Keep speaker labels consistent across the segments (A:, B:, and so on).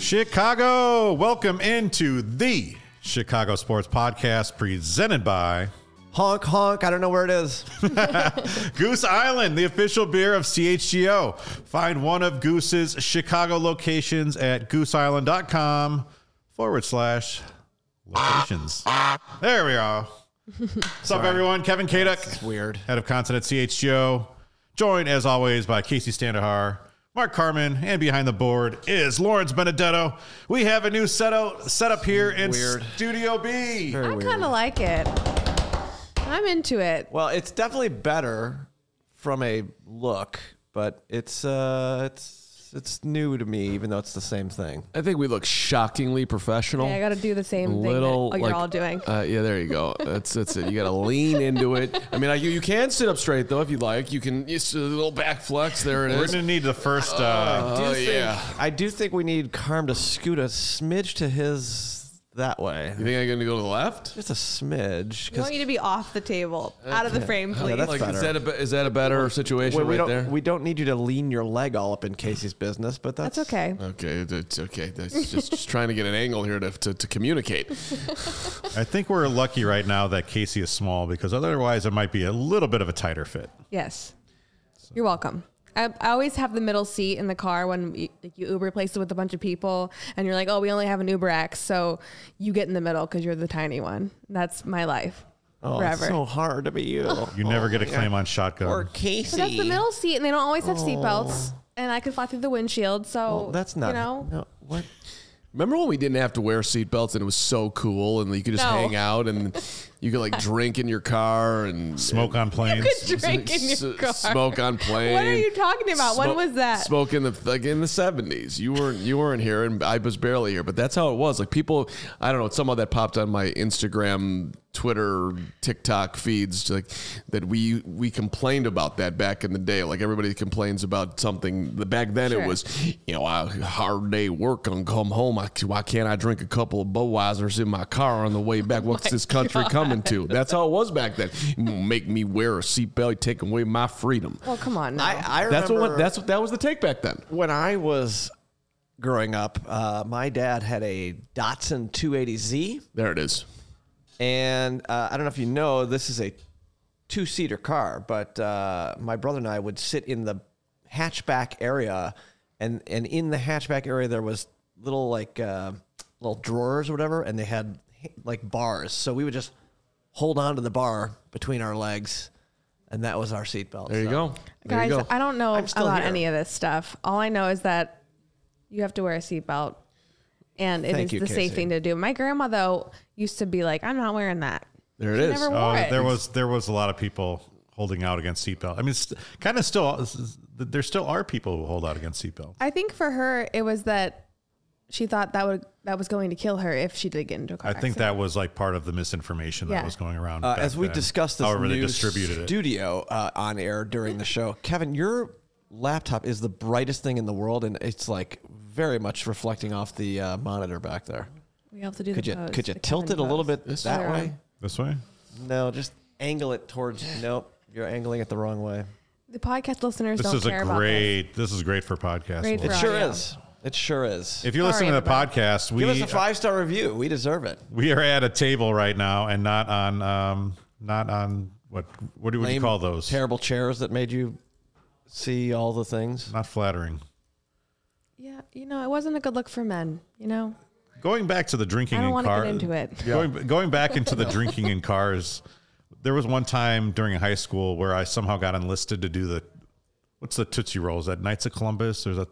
A: Chicago, welcome into the Chicago Sports Podcast presented by
B: Honk, honk. I don't know where it is.
A: Goose Island, the official beer of CHGO. Find one of Goose's Chicago locations at gooseisland.com forward slash locations. There we are. What's up, everyone? Kevin Kaduk,
B: It's weird.
A: head of content at CHGO, joined as always by Casey Standahar, Mark Carmen, and behind the board is Lawrence Benedetto. We have a new setup setup here in
B: Weird.
A: Studio B.
B: Very
C: I
B: weird.
C: kind of like it. I'm into it.
B: Well, it's definitely better from a look, but it's uh, it's it's new to me, even though it's the same thing.
D: I think we look shockingly professional.
C: Yeah, I got to do the same
D: little
C: thing that oh,
D: like-
C: you're all doing.
D: Uh, yeah, there you go. That's that's it. You got to lean into it. I mean, I, you you can sit up straight though if you like. You can you s- a little back flex. There it
A: We're
D: is.
A: gonna need the first. Uh,
D: oh yeah.
B: I do think we need Carm to scoot a smidge to his that way,
D: You think I'm gonna go to the left?
B: just a smidge.
C: I want you to be off the table,
B: uh,
C: out of the frame, please.
B: that's-
D: like
B: better.
D: is that a be- is that a better situation
B: we
D: right
B: don't
D: there?
B: we don't need you to lean your leg all up in Casey's business, but that's,
C: That's okay.
D: okay, that's okay. That's just, just trying to get an angle here to to, to communicate.
A: I think we're lucky right now that Casey is small because otherwise it might be a little bit of a tighter fit.
C: Yes. You're welcome. I, I always have the middle seat in the car when you, like, you Uber places with a bunch of people, and you're like, "Oh, we only have an Uber X," so you get in the middle because you're the tiny one. That's my life
B: Oh, it's
C: forever.
B: so hard to be you.
A: You never get a claim on shotgun.
B: or
C: but
B: Casey.
C: that's the middle seat, and they don't always have seatbelts, and I could fly through the windshield. So
B: Oh. Well, that's not.
C: you know.
B: no, what?
D: Remember when we didn't have to wear seatbelts and it was so cool and you could just
C: No.
D: hang out and you could like drink in your car and
A: Smoke on planes.
C: could drink in your
D: S-
C: car.
D: smoke on plane.
C: What are you talking about? When
D: Smoke-
C: was that?
D: Smoke in the like in the seventies. You weren't you weren't here, and I was barely here. But that's how it was. Like people, I don't know. Somehow that popped on my Instagram, Twitter, TikTok feeds. Like that we we complained about that back in the day. Like everybody complains about something. The back then it
C: Sure.
D: was you know a hard day work and come home. I, why can't I drink a couple of Budweisers in my car on the way back? What's this country coming to? That's how it was back then. Make me wear a seatbelt, take away my freedom.
C: Well, come on. Now.
B: I, I remember.
D: That's what went- that's what that was the take back then.
B: when I was growing up, uh, my dad had a Datsun 280Z,
D: There it is.
B: and uh, I don't know if you know, this is a two-seater car, but uh, my brother and I would sit in the hatchback area, and and in the hatchback area there was little like uh, little drawers or whatever, and they had like bars, so we would just hold on to the bar between our legs, and that was our seatbelt.
D: There you go. There
C: Guys,
D: you go.
C: I don't know
B: I'm still
C: about
B: here.
C: any of this stuff. All I know is that you have to wear a seatbelt, and it is
B: Thank you,
C: the safe
B: Casey.
C: thing to do. My grandma though used to be like, "I'm not wearing that."
D: there it is.
C: Never wore
A: Oh,
C: it.
A: there was there was a lot of people holding out against seatbelt. I mean, st- kind of still this is- there still are people who hold out against seatbelt.
C: I think for her, it was that she thought that would that was going to kill her if she did get into a car.
A: I think that was like part of the misinformation that
C: Yeah.
A: was going around.
B: Uh,
A: back
B: as we
A: then,
B: discussed this
A: however
B: new
A: they distributed it.
B: studio uh, on air during the show, Kevin, your laptop is the brightest thing in the world, and it's like very much reflecting off the uh, monitor back there.
C: we have to do.
B: Could
C: the
B: you
C: pose,
B: could you
C: Oh, the
B: tilt it
C: Kevin
B: a little
C: pose.
B: bit that
C: Other
B: way?
C: arm.
A: This way.
B: No, just angle it towards. nope, you're angling it the wrong way.
C: The podcast listeners
A: This
C: don't
A: is
C: care
A: a
C: about this.
A: great. This. is great for podcast.
C: Great
A: Lord.
C: for-
B: Sure
C: Audio.
B: is. It sure is.
A: If you're
C: Sorry,
A: listening to the podcast, we
B: Give us a five star review. We deserve it.
A: we are at a table right now and not on um not on what what do what do you
B: Lame,
A: call those?
B: terrible chairs that made you see all the things?
A: Not flattering.
C: Yeah, you know, it wasn't a good look for men. You know,
A: Going back to the drinking
C: I don't
A: in
C: want to
A: car.
C: get into it.
A: Going, going back into the drinking in cars, there was one time during high school where I somehow got enlisted to do the what's the Tootsie Rolls at Knights of Columbus or the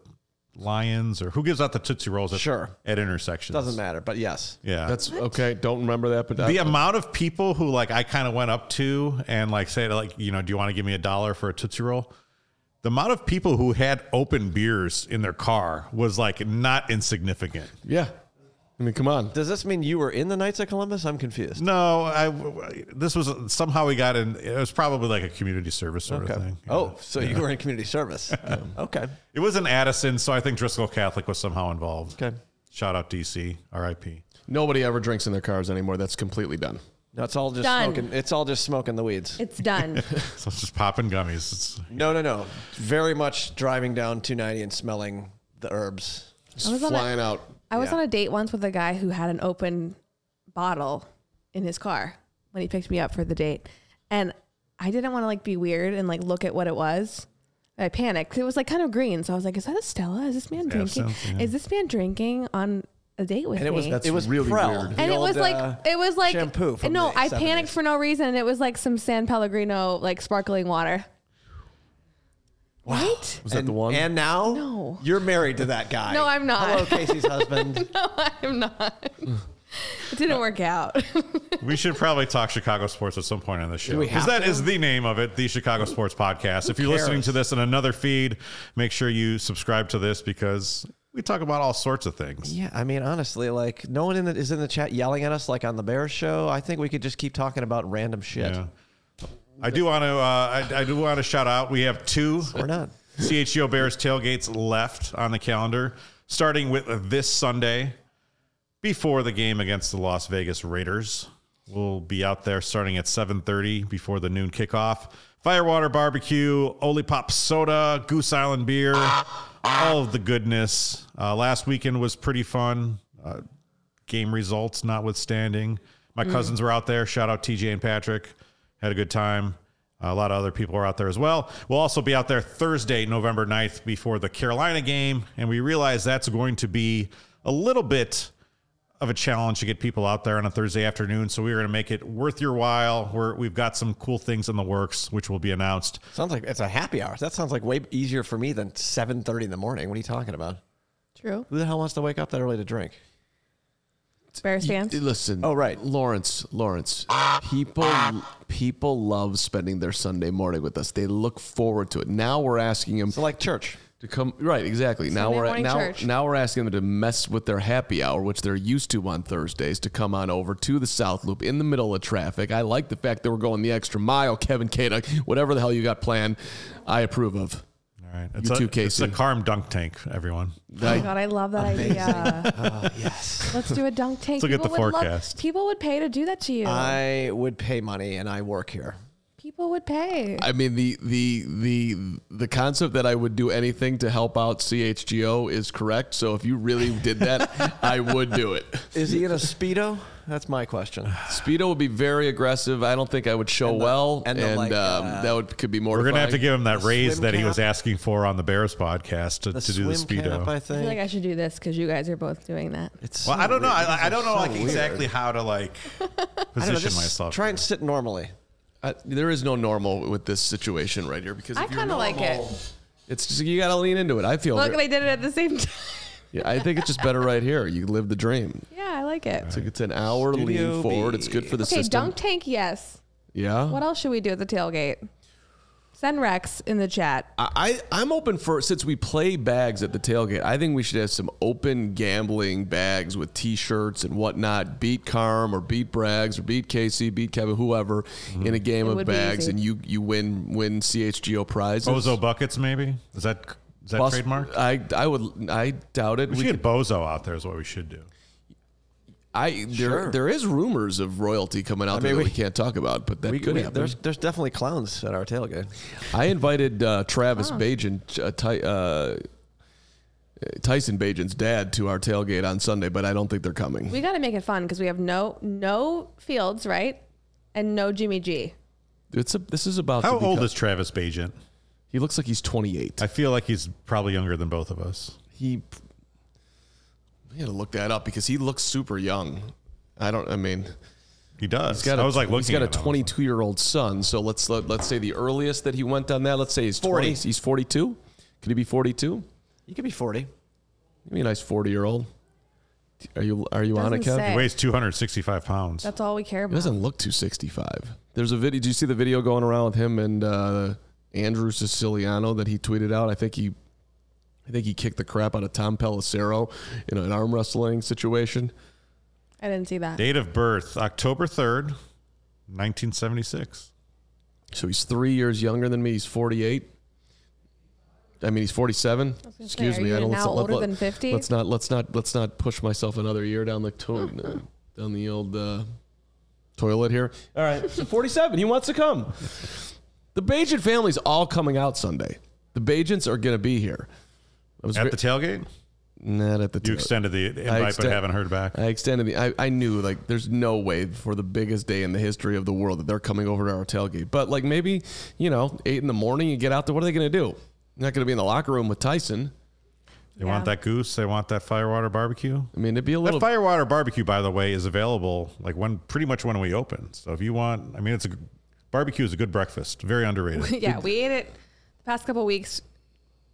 A: Lions or who gives out the Tootsie Rolls at,
B: Sure.
A: at intersections?
B: Doesn't matter, but yes.
A: Yeah.
D: That's okay. Don't remember that, but
A: the amount of people who like I kind of went up to and like said like you know do you want to give me a dollar for a Tootsie Roll? The amount of people who had open beers in their car was like not insignificant.
D: yeah. I mean, come on.
B: Does this mean you were in the Knights of Columbus? I'm confused.
A: No, I. This was somehow we got in. It was probably like a community service sort of
B: Okay.
A: thing.
B: Oh, so you were in community service. okay.
A: it was in Addison, so I think Driscoll Catholic was somehow involved.
B: Okay.
A: Shout out DC, R.I.P.
D: Nobody ever drinks in their cars anymore. That's completely done.
B: No, it's all just
C: Done.
B: smoking. It's all just smoking the weeds.
C: It's done.
A: So it's just popping gummies. It's,
B: No, no, no. Very much driving down 290 and smelling the herbs.
D: Just
C: was on a-
D: flying out.
C: I was
D: Yeah.
C: on a date once with a guy who had an open bottle in his car when he picked me up for the date. And I didn't want to like be weird and like look at what it was. I panicked. It was like kind of green. So I was like, is that a Stella? Is this man drinking?
A: absinthe, yeah.
C: Is this man drinking on a date with
B: And
C: me?
B: it was
D: That's
B: it was
D: really
B: Prel,
D: weird.
B: the
C: and it
B: old,
C: was like
B: uh,
C: it was like
B: shampoo from
C: no
B: the
C: i
B: 70s.
C: panicked for no reason and it was like some san pellegrino like sparkling water right
D: Was that
B: and,
D: the one?
B: And now
C: No.
B: you're married to that guy.
C: No, I'm not.
B: Hello, Casey's husband.
C: i'm not it didn't work out
A: We should probably talk Chicago sports at some point on this show
B: we
A: because
B: have
A: that is the name of it, the Chicago Sports Podcast. If you're listening
B: cares?
A: to this in another feed, make sure you subscribe to this because we talk about all sorts of things.
B: yeah, I mean, honestly, like no one in the, is in the chat yelling at us like on the Bears show. I think we could just keep talking about random shit.
A: Yeah. I do want to. Uh, I, I do want to shout out. We have two
B: We're not.
A: CHGO Bears tailgates left on the calendar, starting with this Sunday before the game against the Las Vegas Raiders. We'll be out there starting at 7:30 before the noon kickoff. Firewater barbecue, Oli Pop soda, Goose Island beer, all of the goodness. Uh, last weekend was pretty fun. Uh, game results notwithstanding. My cousins were out there. Shout out TJ and Patrick. Had a good time. A lot of other people are out there as well. We'll also be out there Thursday, November 9th, before the Carolina game. And we realize that's going to be a little bit of a challenge to get people out there on a Thursday afternoon. So we are going to make it worth your while. We're, we've got some cool things in the works, which will be announced.
B: Sounds like it's a happy hour. That sounds like way easier for me than seven thirty in the morning. What are you talking about?
C: true
B: Who the hell wants to wake up that early to drink?
C: bears
D: You-
C: fans
D: Listen.
B: Oh, right.
D: Lawrence. Lawrence. People. People love spending their Sunday morning with us. They look forward to it. Now we're asking them
B: So like church.
D: to come. Right. Exactly. now
C: Sunday
D: we're
C: morning
D: now
C: church.
D: now we're asking them to mess with their happy hour, which they're used to on Thursdays, to come on over to the South Loop in the middle of traffic. I like the fact that we're going the extra mile. Kevin Kaduk, whatever the hell you got planned, I approve of.
A: All right. It's,
D: You
A: a,
D: too,
A: it's
D: Casey.
A: a Carm dunk tank, everyone.
C: Oh my God, I love that idea.
B: Yes.
C: Oh, Let's do a dunk tank.
A: Let's look at the
C: would love-
A: forecast.
C: people would pay to do that to you.
B: I would pay money and I work here.
C: people would pay.
D: I mean the the the the concept that I would do anything to help out CHGO is correct. So if you really did that, I would do it.
B: Is he in a speedo? That's my question.
D: Speedo would be very aggressive. I don't think I would show
B: And the-
D: well, and,
B: and the, like,
D: um,
B: uh,
D: that would could be
A: We're
D: mortifying.
A: going to have to give him that raise
B: swim
A: that he was
B: cap?
A: asking for on the Bears podcast to, to do the speedo.
B: cap, I
C: I
B: think.
C: feel like I should do this because you guys are both doing that.
B: it's
A: Well,
B: so
A: I don't know.
B: weird.
A: I, I don't know
B: So
A: like
B: weird.
A: exactly how to like
B: I don't
A: position
B: know, just
A: myself.
B: Try and sit normally.
D: Uh, there is no normal with this situation right here because
C: I
D: if you're
C: kind of like it.
D: normal, It's just, you got to lean into it. I feel.
C: Look,
D: ver-
C: they did it at the same time.
D: yeah, I think it's just better right here. You live the dream.
C: Yeah, I like it.
D: It's like it's an hour
B: Studio
D: lean forward.
B: B.
D: It's good for the
C: Okay,
D: system.
C: dunk tank, yes.
D: yeah.
C: What else should we do at the tailgate? Send Rex in the chat.
D: I, I- I'm open for since we play bags at the tailgate. I think we should have some open gambling bags with T-shirts and whatnot. Beat Carm or beat Braggs or beat Casey, beat Kevin, whoever,
A: Mm-hmm.
D: in a game
C: It
D: of
C: would be
D: bags,
C: easy.
D: and you you win win CHGO prizes.
A: Bozo buckets, maybe is that is that
D: Poss-
A: trademark?
D: I I would I doubt it.
A: We,
D: uh, We
A: should
D: could,
A: get Bozo out there. Is what we should do.
D: I there
B: Sure.
D: there is rumors of royalty coming out
B: mean,
D: there that we,
B: we-
D: can't talk about, but that
B: We,
D: could
B: we,
D: happen.
B: there's, there's definitely clowns at our tailgate.
D: I invited uh, Travis Bajan, uh, Ty, uh, Tyson Bajan's dad, to our tailgate on Sunday, but I don't think they're coming.
C: We got to make it fun because we have no no Fields, right? And no Jimmy G.
D: It's a, this is about
A: How
D: to
A: old
D: become-
A: is Travis Bajent?
D: he? Looks like he's 28.
A: I feel like he's probably younger than both of us.
D: he we had to look that up because he looks super young. I don't. I mean,
A: He does.
D: he's got.
A: I
D: a-
A: was like looking.
D: He's got a
A: at him.
D: 22 year old son. So let's let, let's say the earliest that he went on that. Let's say he's
B: 40.
D: 20. He's 42. Could he be 42?
B: You could be 40.
D: Give me a nice 40 year old. Are you are you on it,
C: Doesn't
D: Kev?
C: say.
A: He weighs 265 pounds.
C: That's all we care
D: He
C: about.
D: doesn't look 265. There's a video. Do you see the video going around with him and uh, Andrew Siciliano that he tweeted out? I think he, I think he kicked the crap out of Tom Pelissero in an arm wrestling situation.
C: I didn't see that.
A: Date of birth: October 3rd, 1976.
D: So he's three years younger than me. He's 48. I mean, he's 47.
C: gonna say,
D: Excuse
C: are
D: me.
C: you
D: I don't
C: now
D: let-
C: older
D: let-
C: than 50?
D: Let's not let's not let's not push myself another year down the to- down the old uh, toilet here. All right, so 47. he wants to come. The Bajan family's all coming out Sunday. The Bajans are going to be here. I was
A: At
D: ve-
A: the tailgate,
D: Not at the
A: You
D: time.
A: extended the
D: I
A: invite, but
D: extend-
A: haven't heard back.
D: I extended the. I, I knew like there's no way for the biggest day in the history of the world that they're coming over to our tailgate. But like maybe you know eight in the morning, you get out there. What are they going to do? You're not going to be in the locker room with Tyson.
A: They want
C: Yeah.
A: that goose. They want that firewater barbecue.
D: I mean, it'd be a
A: That
D: little.
A: firewater barbecue, by the way, is available like when pretty much when we open. So if you want, I mean, it's a barbecue is a good breakfast. Very underrated.
C: yeah, we ate it the past couple weeks,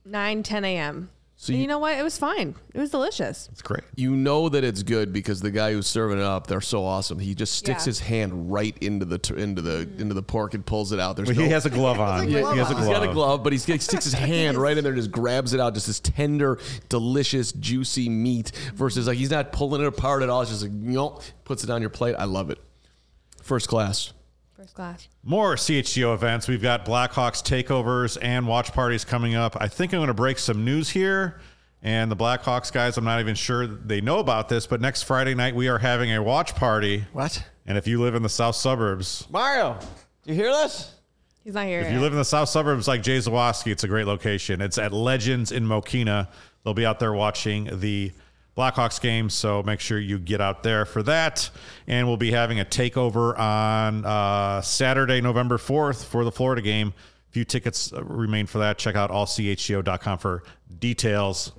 C: 9, 10 a.m.
D: So
C: And you,
D: you-
C: know what? It was fine. It was delicious.
A: It's great.
D: you know that it's good because the guy who's serving it up, they're so awesome. He just sticks
C: Yeah.
D: his hand right into the t- into the into the pork and pulls it out. There's
A: Well,
D: no,
A: he has a glove on.
D: Yeah,
A: he has a glove.
D: He's got a glove, but he's, he sticks his hand right in there and just grabs it out. Just this tender, delicious, juicy meat versus like he's not pulling it apart at all. It's just like, nope, puts it on your plate. I love it. First class.
C: First class.
A: More CHGO events. We've got Blackhawks takeovers and watch parties coming up. I think I'm going to break some news here. And the Blackhawks guys, I'm not even sure they know about this, but next Friday night we are having a watch party.
B: What?
A: And if you live in the south suburbs,
B: Mario, do you hear this?
C: He's not here.
A: if
C: yet.
A: you live in the south suburbs like Jay Zawoski, it's a great location. It's at Legends in Mokina. They'll be out there watching the Blackhawks game, so make sure you get out there for that. And we'll be having a takeover on uh, Saturday, November 4th for the Florida game. Few tickets uh, remain for that. Check out allchgo.com for details.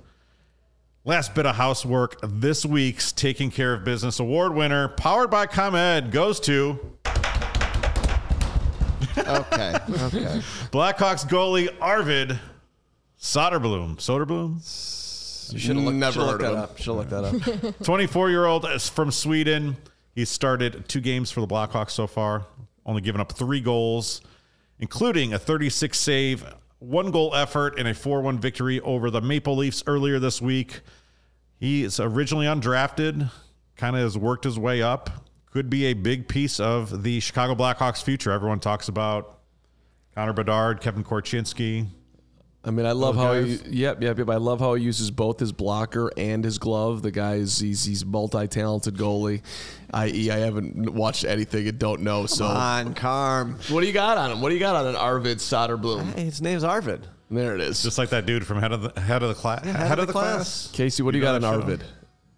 A: Last bit of housework this week's Taking Care of Business Award winner, powered by ComEd, goes to
B: Okay. Okay.
A: Blackhawks goalie Arvid Soderblom. Soderblom?
B: you should have
D: Never
B: looked
D: heard of
B: that
D: him.
B: up. Should have looked that up.
A: 24 year old from Sweden. He started two games for the Blackhawks so far, only giving up three goals, including a 36 save, one goal effort, and a 4 1 victory over the Maple Leafs earlier this week. He is originally undrafted, kind of has worked his way up. Could be a big piece of the Chicago Blackhawks future. Everyone talks about Connor Bedard, Kevin Korchinski,
D: I mean, I love
A: Those
D: how
A: guys?
D: he. Yep, yep, yep. I love how he uses both his blocker and his glove. The guy's he's he's multi-talented goalie. I.e., I haven't watched anything and don't know. So,
B: On Carm.
D: what do you got on him? What do you got on an Arvid Soderblom?
B: Hey, his name's Arvid.
D: There it is.
A: Just like that dude from head of the head of the class. head, of the class.
D: Casey, what do you got on
A: gotta show
D: Arvid?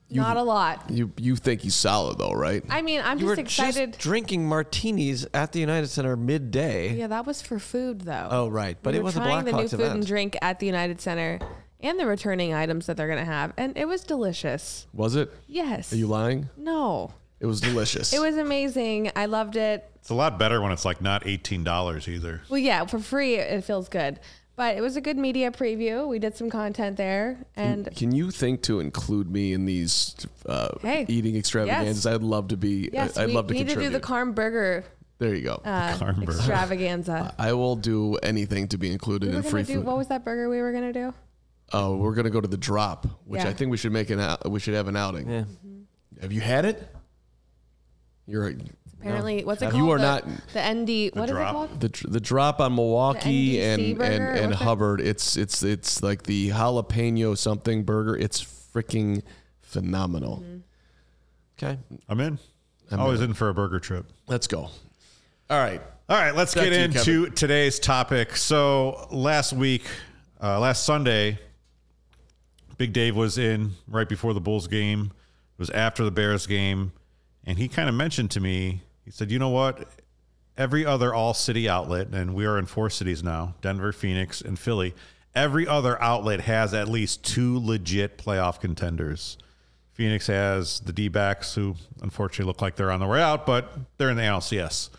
C: not a lot.
D: You you think he's solid though, right?
C: I mean, I'm
B: You were
C: just excited.
B: just drinking martinis at the United Center midday.
C: yeah, that was for food though.
B: Oh, right. But
C: We
B: it
C: were
B: was a
C: trying the new
B: Blackhawks
C: food and
B: event.
C: drink at the United Center and the returning items that they're gonna have, and it was delicious.
D: Was it?
C: Yes.
D: Are you lying?
C: no,
D: It was delicious.
C: it was amazing. I loved it.
A: It's a lot better when it's like not eighteen dollars either.
C: Well, yeah, for free it feels good. But it was a good media preview. We did some content there, and
D: Can you think to include me in these uh,
C: Hey.
D: eating extravaganzas? I'd love to be.
C: yes,
D: I'd
C: we
D: love to
C: need to
D: contribute.
C: do the Carm Burger
D: there you go.
C: uh,
A: Carm Burger.
C: extravaganza.
D: I will do anything to be included
C: we were
D: in Uh, free
C: gonna do
D: food.
C: what was that burger we were gonna do?
D: Oh, we're gonna go to the drop, which
C: Yeah. Mm-hmm.
D: I think we should make an. Out, we should have an outing.
B: Yeah.
D: Have you had it? You're a,
C: Apparently, what's it
D: You
C: called?
D: are
C: the,
D: not-
C: the ND. What is it
A: drop.
C: called?
D: the dr- the drop on Milwaukee
C: The
D: and
C: NBC
D: and
C: burger,
D: and
C: what's it-
D: Hubbard. It's it's it's like the jalapeno something burger. It's freaking phenomenal.
C: Mm-hmm.
B: Okay.
A: I'm in. I'm Always in for a burger trip.
D: Let's go. All right.
A: All right, let's
D: Back
A: get
D: to you,
A: into today's topic. So last week, uh, last Sunday, Big Dave was in right before the Bulls game. It was after the Bears game, and he kind of mentioned to me. He said, "You know what? Every other all-city outlet, and we are in four cities now: Denver, Phoenix, and Philly. Every other outlet has at least two legit playoff contenders." Phoenix has the D-backs, who unfortunately look like they're on the way out, but they're in the NLCS.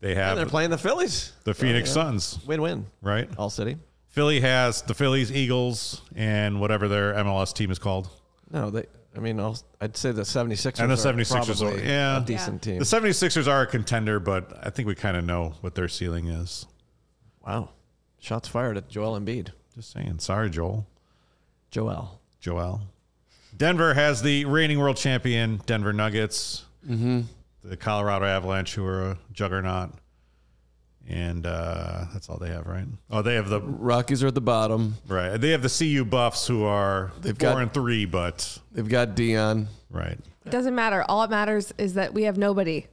A: They have
B: And they're playing the Phillies.
A: the Phoenix Suns,
B: Win win.
A: right?
B: All City.
A: Philly has the Phillies, Eagles, and whatever their MLS team is called.
B: No, they. I mean, I'll, I'd say the 76ers.
A: And the
B: are
A: 76ers are-
B: probably
A: yeah.
B: a decent team.
A: The 76ers are a contender, but I think we kind of know what their ceiling is.
B: Wow. Shots fired at Joel Embiid.
A: Just saying. Sorry, Joel.
B: Joel.
A: Joel. Denver has the reigning world champion, Denver Nuggets,
D: Mm-hmm.
A: the Colorado Avalanche, who are a juggernaut. And uh, that's all they have, right? Oh, they have the
D: Rockies are at the bottom.
A: right. They have the CU Buffs, who are
D: They've
A: four
D: got-
A: and three, but
D: They've got Dion.
A: right.
C: It doesn't matter. All it matters is that we have nobody.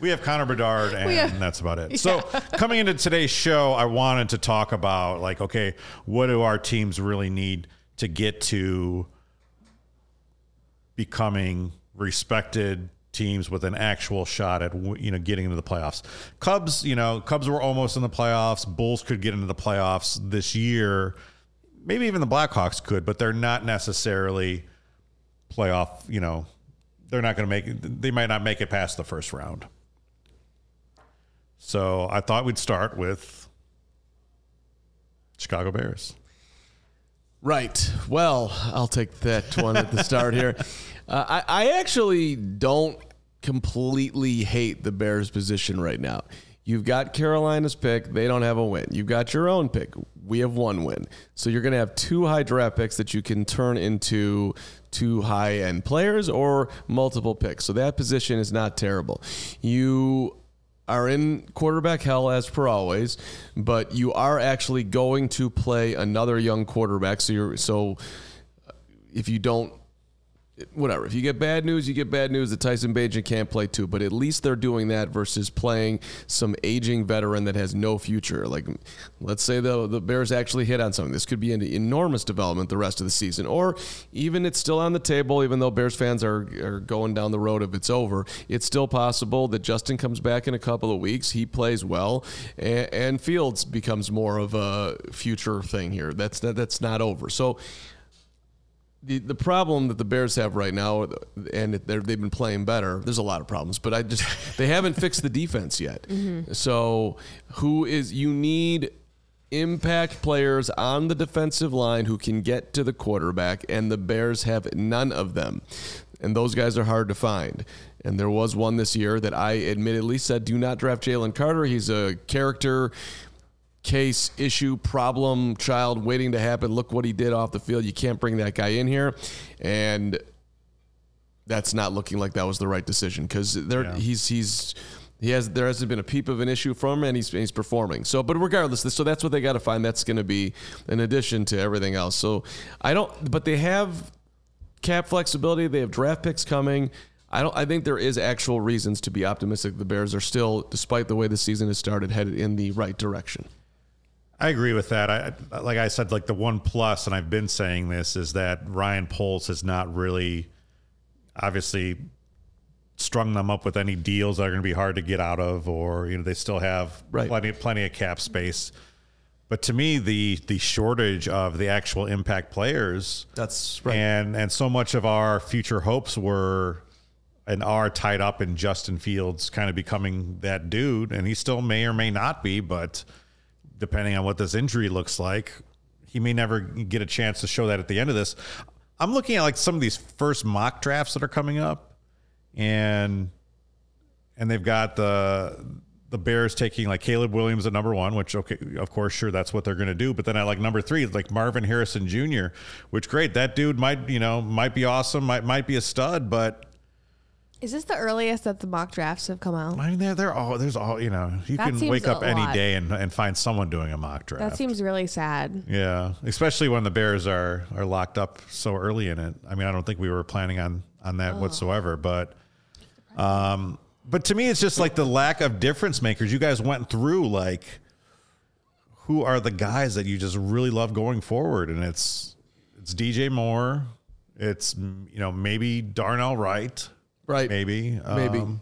A: We have Connor Bedard, and
C: We have-
A: that's about it. So, coming into today's show, I wanted to talk about like, okay, what do our teams really need to get to becoming respected teams with an actual shot at w- you know getting into the playoffs. Cubs, you know, Cubs were almost in the playoffs. Bulls could get into the playoffs this year. Maybe even the Blackhawks could, but they're not necessarily playoff. You know, they're not going to make. They might not make it past the first round. So I thought we'd start with Chicago Bears.
D: Right. Well, I'll take that one at the start here. Uh, I, I actually don't completely hate the Bears' position right now. You've got Carolina's pick. They don't have a win. You've got your own pick. We have one win. So you're going to have two high draft picks that you can turn into two high end players or multiple picks. So that position is not terrible. You are in quarterback hell as per always, but you are actually going to play another young quarterback. So you're so if you don't whatever. If you get bad news, you get bad news that Tyson Bajan can't play too. But at least they're doing that versus playing some aging veteran that has no future. Like, let's say the the Bears actually hit on something. This could be an enormous development the rest of the season, or even it's still on the table. Even though Bears fans are are going down the road if it's over, it's still possible that Justin comes back in a couple of weeks. He plays well, and, and Fields becomes more of a future thing here. That's that, that's not over. So the, the problem that the Bears have right now, and they're, they've been playing better. There's a lot of problems, but I just they haven't fixed the defense yet. So who is you need impact players on the defensive line who can get to the quarterback, and the Bears have none of them. And those guys are hard to find. And there was one this year that I admittedly said, do not draft Jalen Carter. He's a character case, issue, problem, child waiting to happen. Look what he did off the field. You can't bring that guy in here. And that's not looking like that was the right decision because there
A: Yeah.
D: he's he's he has there hasn't been a peep of an issue from him and he's, he's performing. So but regardless, so that's what they got to find. That's going to be an addition to everything else. So I don't but they have cap flexibility. They have draft picks coming. I don't. I think there is actual reasons to be optimistic. The Bears are still, despite the way the season has started, headed in the right direction.
A: I agree with that. I like I said, like the one plus, and I've been saying this is that Ryan Poles has not really, obviously, strung them up with any deals that are going to be hard to get out of, or you know they still have
D: Right.
A: plenty plenty of cap space. But to me, the the shortage of the actual impact players
D: That's
A: and and so much of our future hopes were and are tied up in Justin Fields kind of becoming that dude, and he still may or may not be, but depending on what this injury looks like, he may never get a chance to show that at the end of this. I'm looking at like some of these first mock drafts that are coming up, and and they've got the the Bears taking like Caleb Williams at number one, which okay, of course, sure, that's what they're going to do. But then at like number three, it's like Marvin Harrison Jr., which great, that dude might you know might be awesome, might might be a stud, but
C: Is this the earliest that the mock drafts have come out?
A: I mean they're they're all there's all you know you
C: That
A: can
C: seems
A: wake
C: a
A: up any
C: lot.
A: day and, and find someone doing a mock draft.
C: That seems really sad.
A: yeah, especially when the Bears are are locked up so early in it. I mean, I don't think we were planning on on that whatsoever, but. Um, but to me, it's just like the lack of difference makers. You guys went through like who are the guys that you just really love going forward, and it's it's DJ Moore, it's mm, you know maybe Darnell Wright,
D: right.
A: maybe
D: Maybe.
A: Um,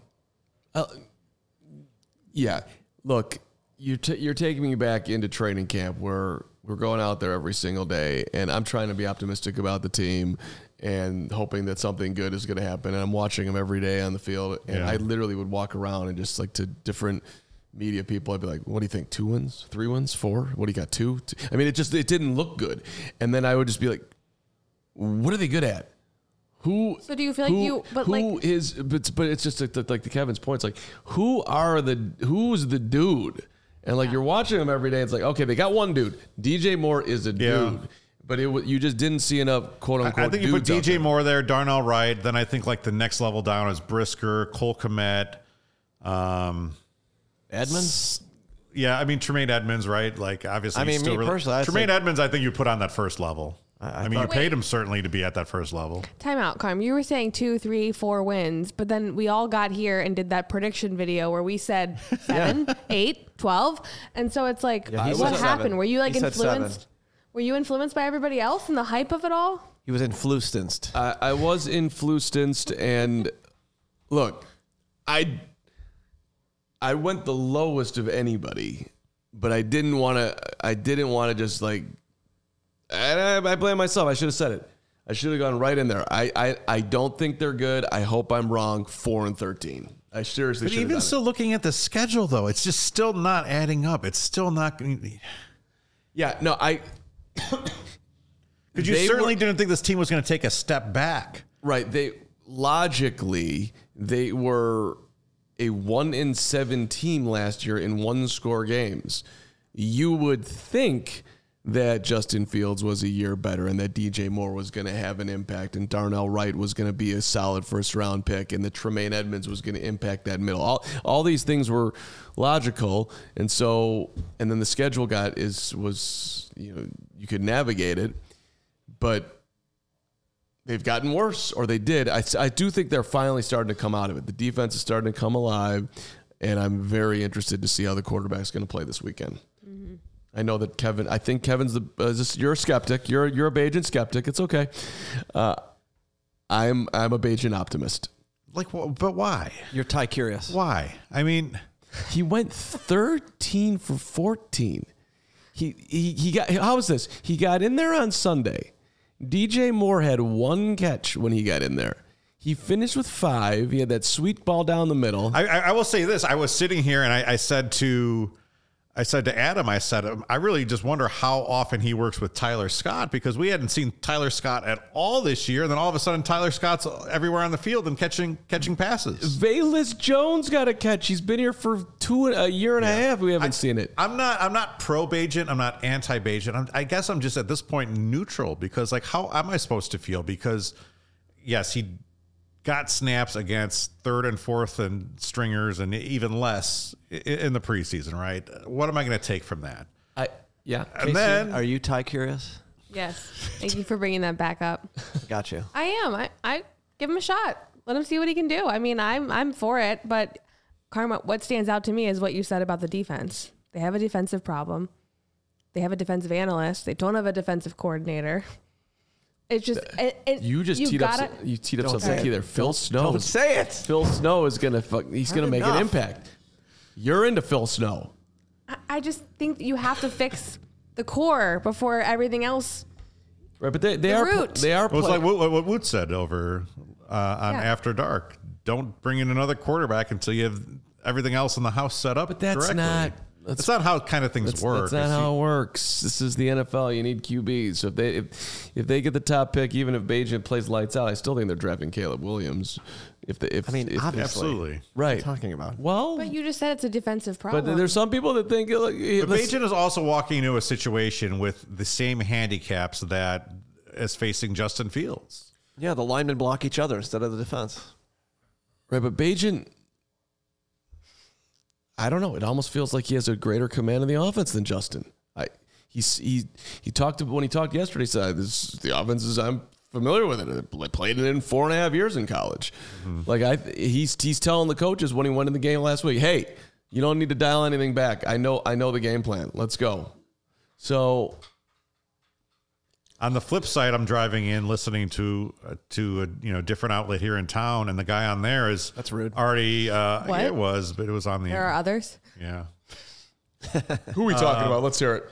D: Uh, yeah. Look, you're t- you're taking me back into training camp where we're going out there every single day, and I'm trying to be optimistic about the team and hoping that something good is going to happen. And I'm watching them every day on the field, and
A: Yeah.
D: I literally would walk around and just like to different media people i'd be like what do you think two wins three wins four what do you got two Two- i mean it just it didn't look good and then i would just be like what are they good at who
C: So do you feel like
D: who-
C: you- but,
D: who
C: like-
D: is but, but it's just like the, like the Kevin's points like who are the who's the dude and like you're watching him every day it's like okay they got one dude DJ Moore is a
A: Yeah.
D: dude but it wa- you just didn't see enough quote
A: I-
D: unquote
A: I think you put
D: dudes out
A: DJ
D: there.
A: Moore there, Darnell Wright. Then I think like the next level down is Brisker, Cole Komet. Um,
D: Edmonds
A: yeah, I mean Tremaine Edmonds, right? Like obviously,
B: I mean,
A: he's still
B: me personally, I'd
A: Tremaine Edmonds, I think you put on that first level. I, mean, you paid him certainly to be at that first level.
C: Time out, Carm. You were saying two, three, four wins, but then we all got here and did that prediction video where we said seven, eight, twelve, and so it's like,
B: he
C: what
B: said
C: happened?
B: seven.
C: Were you like
B: He said seven.
C: influenced? Were you influenced by everybody else and the hype of it all?
B: He was in Flustenst.
A: Uh,
D: I, I was influenced, and look, I I went the lowest of anybody, but I didn't want to. I didn't want to just like. And I, I blame myself. I should have said it. I should have gone right in there. I, I I don't think they're good. I hope I'm wrong. Four and thirteen. I seriously.
A: But
D: should have
A: even
D: done
A: still, looking at the schedule though, it's just still not adding up. It's still not. Could
D: it. yeah. No, I
A: you
D: They
A: certainly
D: were-
A: didn't think this team was going to take a step back.
D: Right. They logically they were a one in seven team last year in one score games. You would think that Justin Fields was a year better and that DJ Moore was going to have an impact and Darnell Wright was going to be a solid first round pick and that Tremaine Edmonds was going to impact that middle. All all these things were logical and so and then the schedule got is was you know you could navigate it but they've gotten worse, or they did. I, I do think they're finally starting to come out of it. The defense is starting to come alive, and I'm very interested to see how the quarterback's going to play this weekend. I know that Kevin. I think Kevin's the. Uh, just, you're a skeptic. You're you're a Bajan skeptic. It's okay. Uh, I'm I'm a Bajan optimist.
A: Like, wh- but why?
B: You're Ty Curious.
A: Why? I mean,
D: He went 13 for 14. He, he, he got, how was this? He got in there on Sunday. DJ Moore had one catch when he got in there. He finished with five. He had that sweet ball down the middle.
A: I, I I will say this: I was sitting here and I, I said to, I said to Adam, I said, um, I really just wonder how often he works with Tyler Scott because we hadn't seen Tyler Scott at all this year. And then all of a sudden, Tyler Scott's everywhere on the field and catching catching passes.
D: Valus Jones got a catch. He's been here for two a year and a half. We haven't seen it.
A: I'm not. I'm not pro Bajan. I'm not anti Bajan. I'm- I guess I'm just at this point neutral because, like, how am I supposed to feel? Because, yes, he got snaps against third and fourth and stringers and even less i- in the preseason, right? What am I going to take from that?
D: I, yeah.
A: And then
B: Are you Ty Curious?
C: Yes. Thank you for bringing that back up.
B: Got you.
C: I am. I, I give him a shot. Let him see what he can do. I mean, I'm I'm for it, but Karma, what stands out to me is what you said about the defense. They have a defensive problem. They have a defensive analyst. They don't have a defensive coordinator. It's just it, it,
D: you just teed
C: gotta,
D: up. some- You teed up
B: Don't
D: something
B: say
D: key
B: it.
D: there. Phil Snow.
B: Don't say it.
D: Phil Snow is gonna fuck, he's gonna
B: Heard
D: make an
B: enough.
D: impact. You're into Phil Snow.
C: I, I just think that you have to fix the core before everything else.
D: Right, but they, they
C: The
D: are
C: root.
D: they are
A: It was
D: play-
A: like what, what Woot said over uh, on
C: Yeah.
A: After Dark. Don't bring in another quarterback until you have everything else in the house set up. But
D: that's not-
A: That's,
D: that's-
A: not how kind of things
D: That's,
A: work.
D: that's not
A: It's-
D: how it works. This is the NFL. You need QBs. So if they if, if they get the top pick, even if Bajan plays lights out, I still think they're drafting Caleb Williams. If the if
B: I mean,
D: if,
B: obviously.
A: absolutely.
D: right
B: talking about?
D: Well,
C: But
D: but,
C: you just said it's a defensive problem.
D: there's some people that think look,
A: But
D: let's-
A: Bajan is also walking into a situation with the same handicaps that is facing Justin Fields.
B: Yeah, the linemen block each other instead of the defense.
D: right, but Bajan. I don't know. It almost feels like he has a greater command of the offense than Justin. I he's he he talked when he talked yesterday. He said this the offense is I'm familiar with it. I played it in four and a half years in college. Like I he's he's telling the coaches when he went in the game last week, hey, you don't need to dial anything back. I know I know the game plan. Let's go. So
A: On the flip side, I'm driving in listening to uh, to a you know different outlet here in town, and the guy on there is
B: That's rude.
A: Already, uh,
C: What?
A: it was, but it was on the
C: there are others.
A: yeah.
D: who are we talking about? Let's hear it.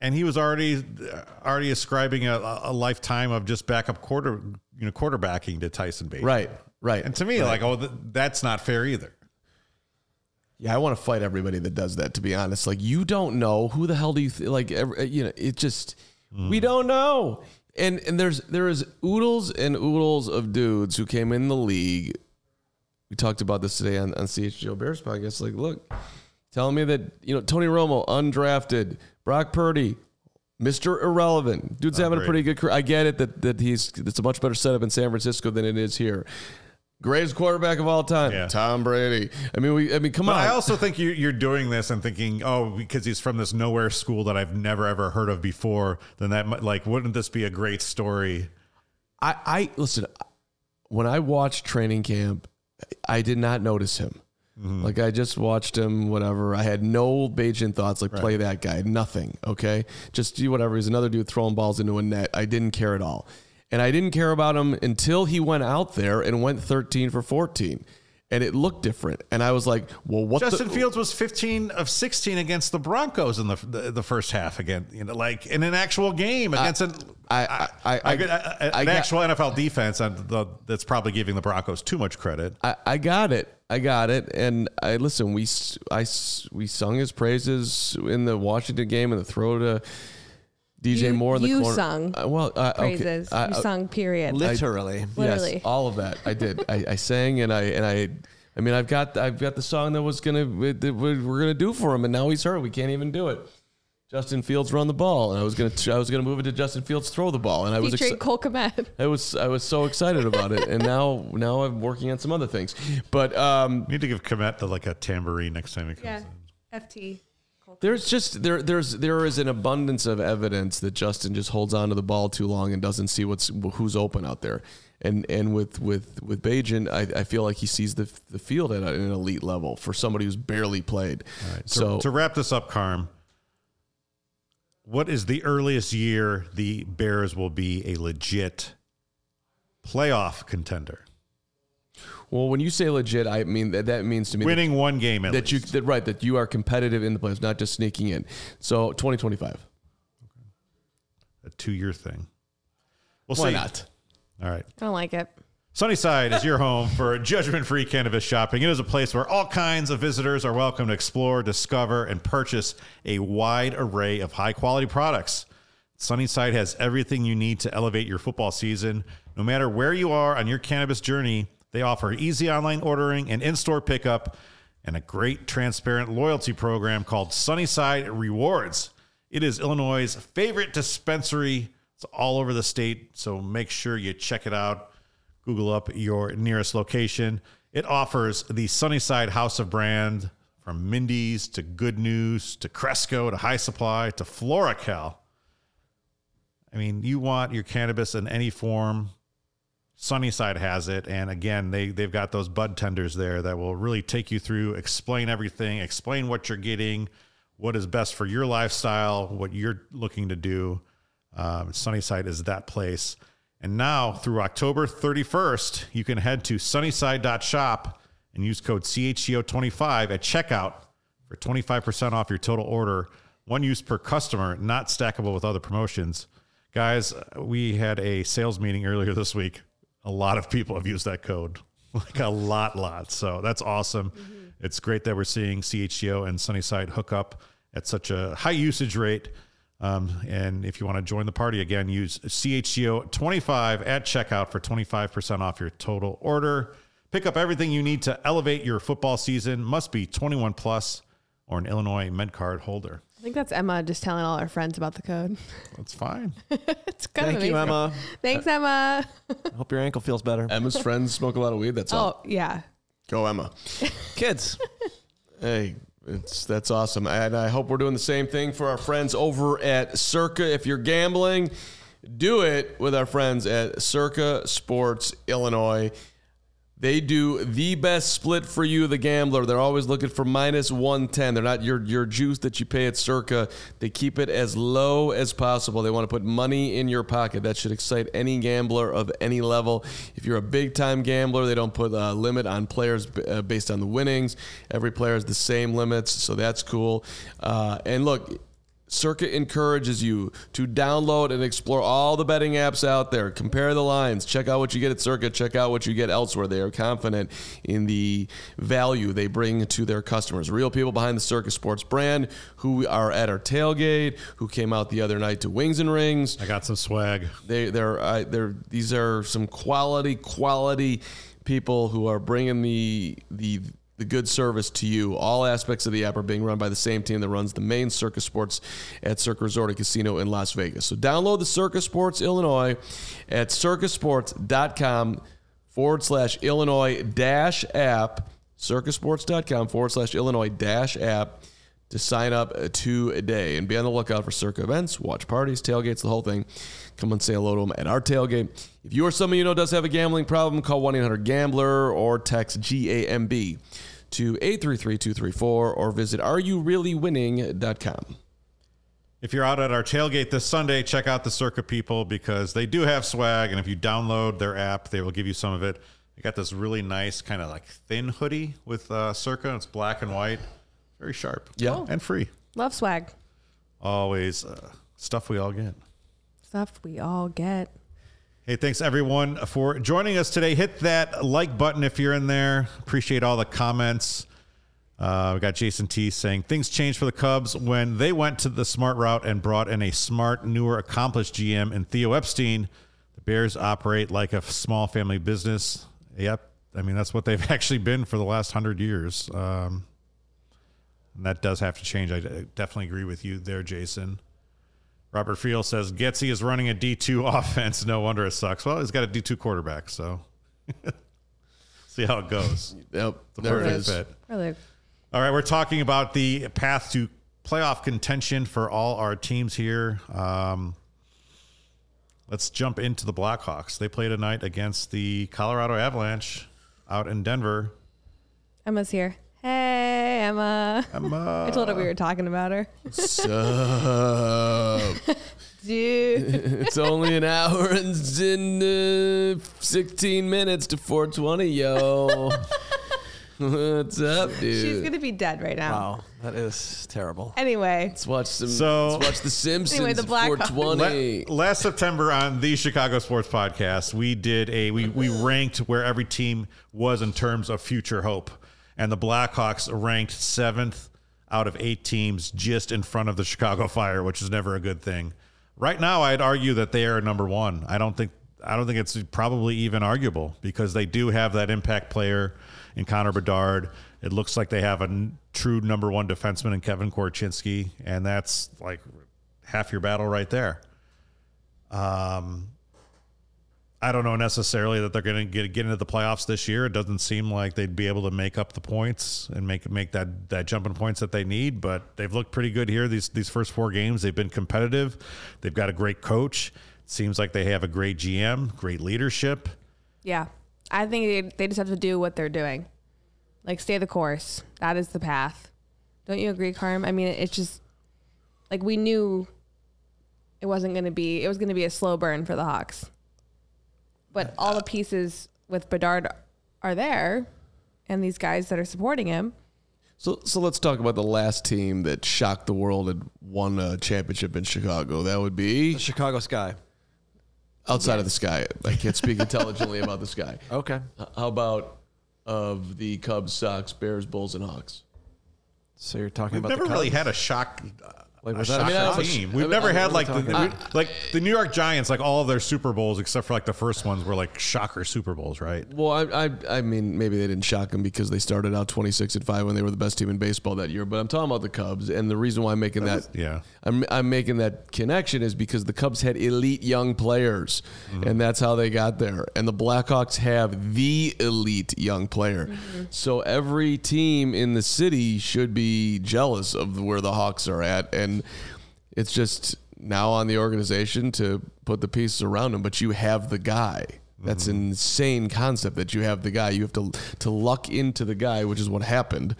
A: and he was already uh, already ascribing a, a lifetime of just backup quarter you know quarterbacking to Tyson Bates.
D: Right, right.
A: And to me, like, oh, th- that's not fair either.
D: Yeah, I want to fight everybody that does that. To be honest, like you don't know who the hell do you th- like? Every, you know, it just
A: Hmm.
D: we don't know. And and there's there is oodles and oodles of dudes who came in the league. We talked about this today on on CHGO Bears podcast. Like, look, telling me that you know Tony Romo undrafted, Brock Purdy, Mister Irrelevant. Dude's having a
A: Oh, great.
D: pretty good career. I get it that that he's it's a much better setup in San Francisco than it is here. Greatest quarterback of all time,
A: Yeah.
D: Tom Brady. I mean, we. I mean, come
A: But
D: on.
A: I also think you, you're doing this and thinking, oh, because he's from this nowhere school that I've never ever heard of before. Then that, might- like, wouldn't this be a great story?
D: I, I listen. When I watched training camp, I did not notice him.
A: Mm-hmm.
D: Like I just watched him, whatever. I had no Bajan thoughts. Like play that guy, nothing. Okay, just do whatever. He's another dude throwing balls into a net. I didn't care at all, and I didn't care about him until he went out there and went 13 for 14, and it looked different. And I was like, well, what?
A: Justin
D: the-
A: Fields was 15 of 16 against the Broncos in the the, the first half again, you know, like in an actual game against an
D: I- I- I-
A: I could- I- I-
D: I
A: an
D: got-
A: actual NFL defense and the, that's probably giving the Broncos too much credit.
D: I, I got it. I got it. And I listen. We s- I s- we sung his praises in the Washington game and the throw to DJ
C: You-
D: Moore in the
C: you
D: corner.
C: sung
D: Uh, well, uh,
C: Praises.
D: Okay. I-
C: you
D: I-
C: sung period.
B: Literally.
C: Literally.
D: Yes, all of that. I did. I, I sang and I and I. I mean, I've got I've got the song that was gonna that we- we're gonna do for him, and now he's hurt. We can't even do it. Justin Fields run the ball, and I was gonna I was gonna move it to Justin Fields throw the ball, and I was
C: Featuring
D: exci-
C: Cole Komet.
D: I was I was so excited about it, and now now I'm working on some other things. But um,
A: We need to give Komet the, like a tambourine next time he comes
C: Yeah.
A: in.
C: FT.
D: There's just there there's there is an abundance of evidence that Justin just holds on to the ball too long and doesn't see what's who's open out there. And and with with with Bajan, I, I feel like he sees the the field at an elite level for somebody who's barely played.
A: To-
D: So
A: to wrap this up, Carm, what is the earliest year the Bears will be a legit playoff contender,
D: well, when you say legit, I mean that that means to me that,
A: winning one game at
D: that you
A: least?
D: that right that you are competitive in the playoffs, not just sneaking in. So 2025.
A: a two-year thing. We'll
D: Why
A: see.
D: not?
A: All right.
C: I don't like it.
A: Sunnyside is your home for judgment free cannabis shopping. It is a place where all kinds of visitors are welcome to explore, discover, and purchase a wide array of high quality products. Sunnyside has everything you need to elevate your football season. No matter where you are on your cannabis journey, they offer easy online ordering and in store pickup and a great transparent loyalty program called Sunnyside Rewards. It is Illinois' favorite dispensary. It's all over the state, so make sure you check it out. Google up your nearest location. It offers the Sunnyside House of Brand from Mindy's to Good News to Cresco to High Supply to Floracal. I mean, you want your cannabis in any form. Sunnyside has it. And again, they, they've got those bud tenders there that will really take you through, explain everything, explain what you're getting, what is best for your lifestyle, what you're looking to do. Um, Sunnyside is that place. And now through October 31st, you can head to sunnyside.shop and use code CHGO25 at checkout for 25% off your total order. One use per customer, not stackable with other promotions. Guys, we had a sales meeting earlier this week. A lot of people have used that code, like a lot, lot. So that's awesome. It's great that we're seeing CHGO and Sunnyside hook up at such a high usage rate. Um, and if you want to join the party again, use CHGO25 at checkout for 25% off your total order. Pick up everything you need to elevate your football season. Must be 21 plus or an Illinois Med Card holder.
C: I think that's Emma just telling all our friends about the code.
A: That's fine.
C: it's kind
B: Thank
C: of
B: you,
C: amazing.
B: Emma.
C: Thanks, Emma.
B: Hope your ankle feels better.
A: Uh,
D: Emma's friends smoke a lot of weed. That's all.
C: Oh, yeah.
D: Go Emma.
B: Kids,
D: Hey, it's that's awesome, and I hope we're doing the same thing for our friends over at Circa. If you're gambling, do it with our friends at Circa Sports Illinois. They do the best split for you, the gambler. They're always looking for minus 110. They're not your, your juice that you pay at Circa. They keep it as low as possible. They want to put money in your pocket. That should excite any gambler of any level. If you're a big time gambler, they don't put a limit on players b- uh, based on the winnings. Every player has the same limits, so that's cool. Uh, and look, Circa encourages you to download and explore all the betting apps out there. Compare the lines. Check out what you get at Circa. Check out what you get elsewhere. They are confident in the value they bring to their customers. Real people behind the Circa Sports brand who are at our tailgate, who came out the other night to Wings and Rings.
A: I got some swag.
D: They, they're, uh, they're, these are some quality, quality people who are bringing the, the, the good service to you. All aspects of the app are being run by the same team that runs the main Circus Sports at Circa Resort and Casino in Las Vegas. So download the Circus Sports Illinois at circusports.com forward slash Illinois dash app, circusports.com forward slash Illinois dash app to sign up uh, today and be on the lookout for Circa events, watch parties, tailgates, the whole thing. Come and say hello to them at our tailgate. If you or someone you know does have a gambling problem, call 1 800 Gambler or text GAMB to 833-234 or visit areyoureallywinning.com.
A: If you're out at our tailgate this Sunday, check out the Circa people because they do have swag. And if you download their app, they will give you some of it. They got this really nice kind of like thin hoodie with uh, Circa. It's black and white, very sharp.
D: Yeah. Oh.
A: And free.
C: Love swag.
A: Always uh, stuff we all get.
C: Stuff we all get.
A: Hey, thanks everyone for joining us today. Hit that like button if you're in there. Appreciate all the comments. Uh, we got Jason T saying things changed for the Cubs when they went to the smart route and brought in a smart, newer, accomplished GM in Theo Epstein. The Bears operate like a f- small family business. Yep, I mean that's what they've actually been for the last hundred years. Um, and that does have to change. I d- definitely agree with you there, Jason. Robert Friel says Getzey is running a D2 offense. No wonder it sucks. Well, he's got a D2 quarterback, so see how it goes.
D: Yep,
A: The
D: there it
A: perfect
D: is.
A: fit.
C: Really.
A: All right, we're talking about the path to playoff contention for all our teams here. Um, let's jump into the Blackhawks. They play tonight against the Colorado Avalanche out in Denver.
C: Emma's here. Hey, Emma.
A: Emma.
C: I told
B: Uh.
C: her we were talking about her.
D: Sup?
C: Dude.
D: it's only an hour and s- and, uh, 16 minutes to 420, yo. What's up, dude?
C: She's going to be dead right now.
B: Wow, that is terrible.
C: Anyway,
D: Let's watch some.
A: So-
D: let's watch The Simpsons.
C: Anyway, the
D: at
C: Black Hawks.
D: 420.
A: La- last September on the Chicago Sports Podcast, we did a we we ranked where every team was in terms of future hope, and the Blackhawks ranked seventh out of eight teams, just in front of the Chicago Fire, which is never a good thing. Right now, I'd argue that they are number one. I don't think I don't think it's probably even arguable because they do have that impact player in Connor Bedard. It looks like they have a n- true number one defenseman in Kevin Korchinski, and that's like half your battle right there. Um, I don't know necessarily that they're going to get get into the playoffs this year. It doesn't seem like they'd be able to make up the points and make make that that jump in points that they need. But they've looked pretty good here these these first four games. They've been competitive. They've got a great coach. Seems like they have a great GM, great leadership.
C: yeah. I think they, they just have to do what they're doing. Like, stay the course. That is the path. Don't you agree, Carm? I mean, it's just like we knew it wasn't going to be, it was going to be a slow burn for the Hawks. But all the pieces with Bedard are there and these guys that are supporting him.
D: So, so let's talk about the last team that shocked the world and won a championship in Chicago. That would be
B: The Chicago Sky.
D: outside of the sky. I can't speak intelligently about the sky.
B: Okay.
D: H- Oh. How about of the Cubs, Sox, Bears, Bulls, and Hawks?
B: So you're talking
A: We've
B: about
A: never
B: the
A: really
B: Cubs.
A: had a shock.
B: Like,
A: a
B: was that
A: shocker
B: a
D: shock? I mean, I
A: team.
D: was-
A: We've
D: I mean,
A: never
D: I
A: had
D: was
A: like the,
D: talking-
A: the- like the New York Giants, like all of their Super Bowls except for like the first ones were like shocker Super Bowls, right?
D: Well, I, I, I mean, maybe they didn't shock them because they started out 26 and 5 when they were the best team in baseball that year. But I'm talking about the Cubs. And the reason why I'm making that,
A: yeah.
D: I'm, I'm making that connection is because the Cubs had elite young players,
A: Mm-hmm.
D: and that's how they got there. And the Blackhawks have the elite young player.
A: Mm-hmm.
D: So every team in the city should be jealous of where the Hawks are at. And it's just now on the organization to put the pieces around them, but you have the guy. That's
A: Mm-hmm.
D: an insane concept that you have the guy. You have to to luck into the guy, which is what happened.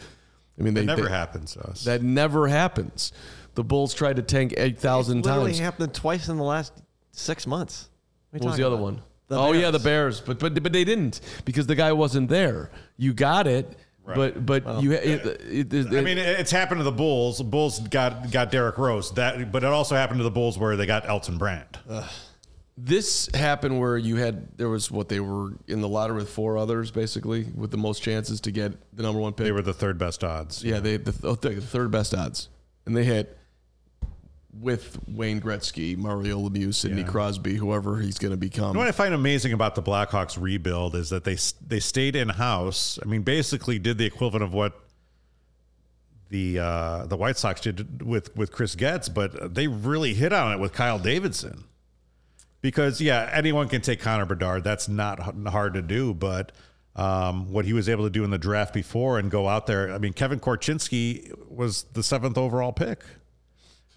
D: I mean, they
A: It never
D: they-
A: happens to us.
D: that never happens. The Bulls tried to tank 8,000
B: Literally
D: times.
B: happened twice in the last six months. What,
D: What was the other one?
B: The
D: oh yeah,
B: Bears.
D: the Bears, but but but they didn't because the guy wasn't there. You got it, but but you. ha- It, it, it,
A: I mean, it- it's happened to the Bulls. Bulls got got Derrick Rose. That, but it also happened to the Bulls where they got Elton Brand.
D: this happened where you had there was what they were in the lottery with four others basically with the most chances to get the number one pick.
A: they were the third best odds.
D: yeah, they the, th- the third best odds, and they hit with Wayne Gretzky, Mario Lemieux, Sidney
A: Yeah.
D: Crosby, whoever he's going to become.
A: You know what I find amazing about the Blackhawks rebuild is that they they stayed in house. I mean, basically did the equivalent of what the uh, the White Sox did with with Chris Getz, but they really hit on it with Kyle Davidson. Because yeah, anyone can take Connor Bedard. That's not h- hard to do, but um, what he was able to do in the draft before and go out there. I mean, Kevin Korchinski was the seventh overall pick,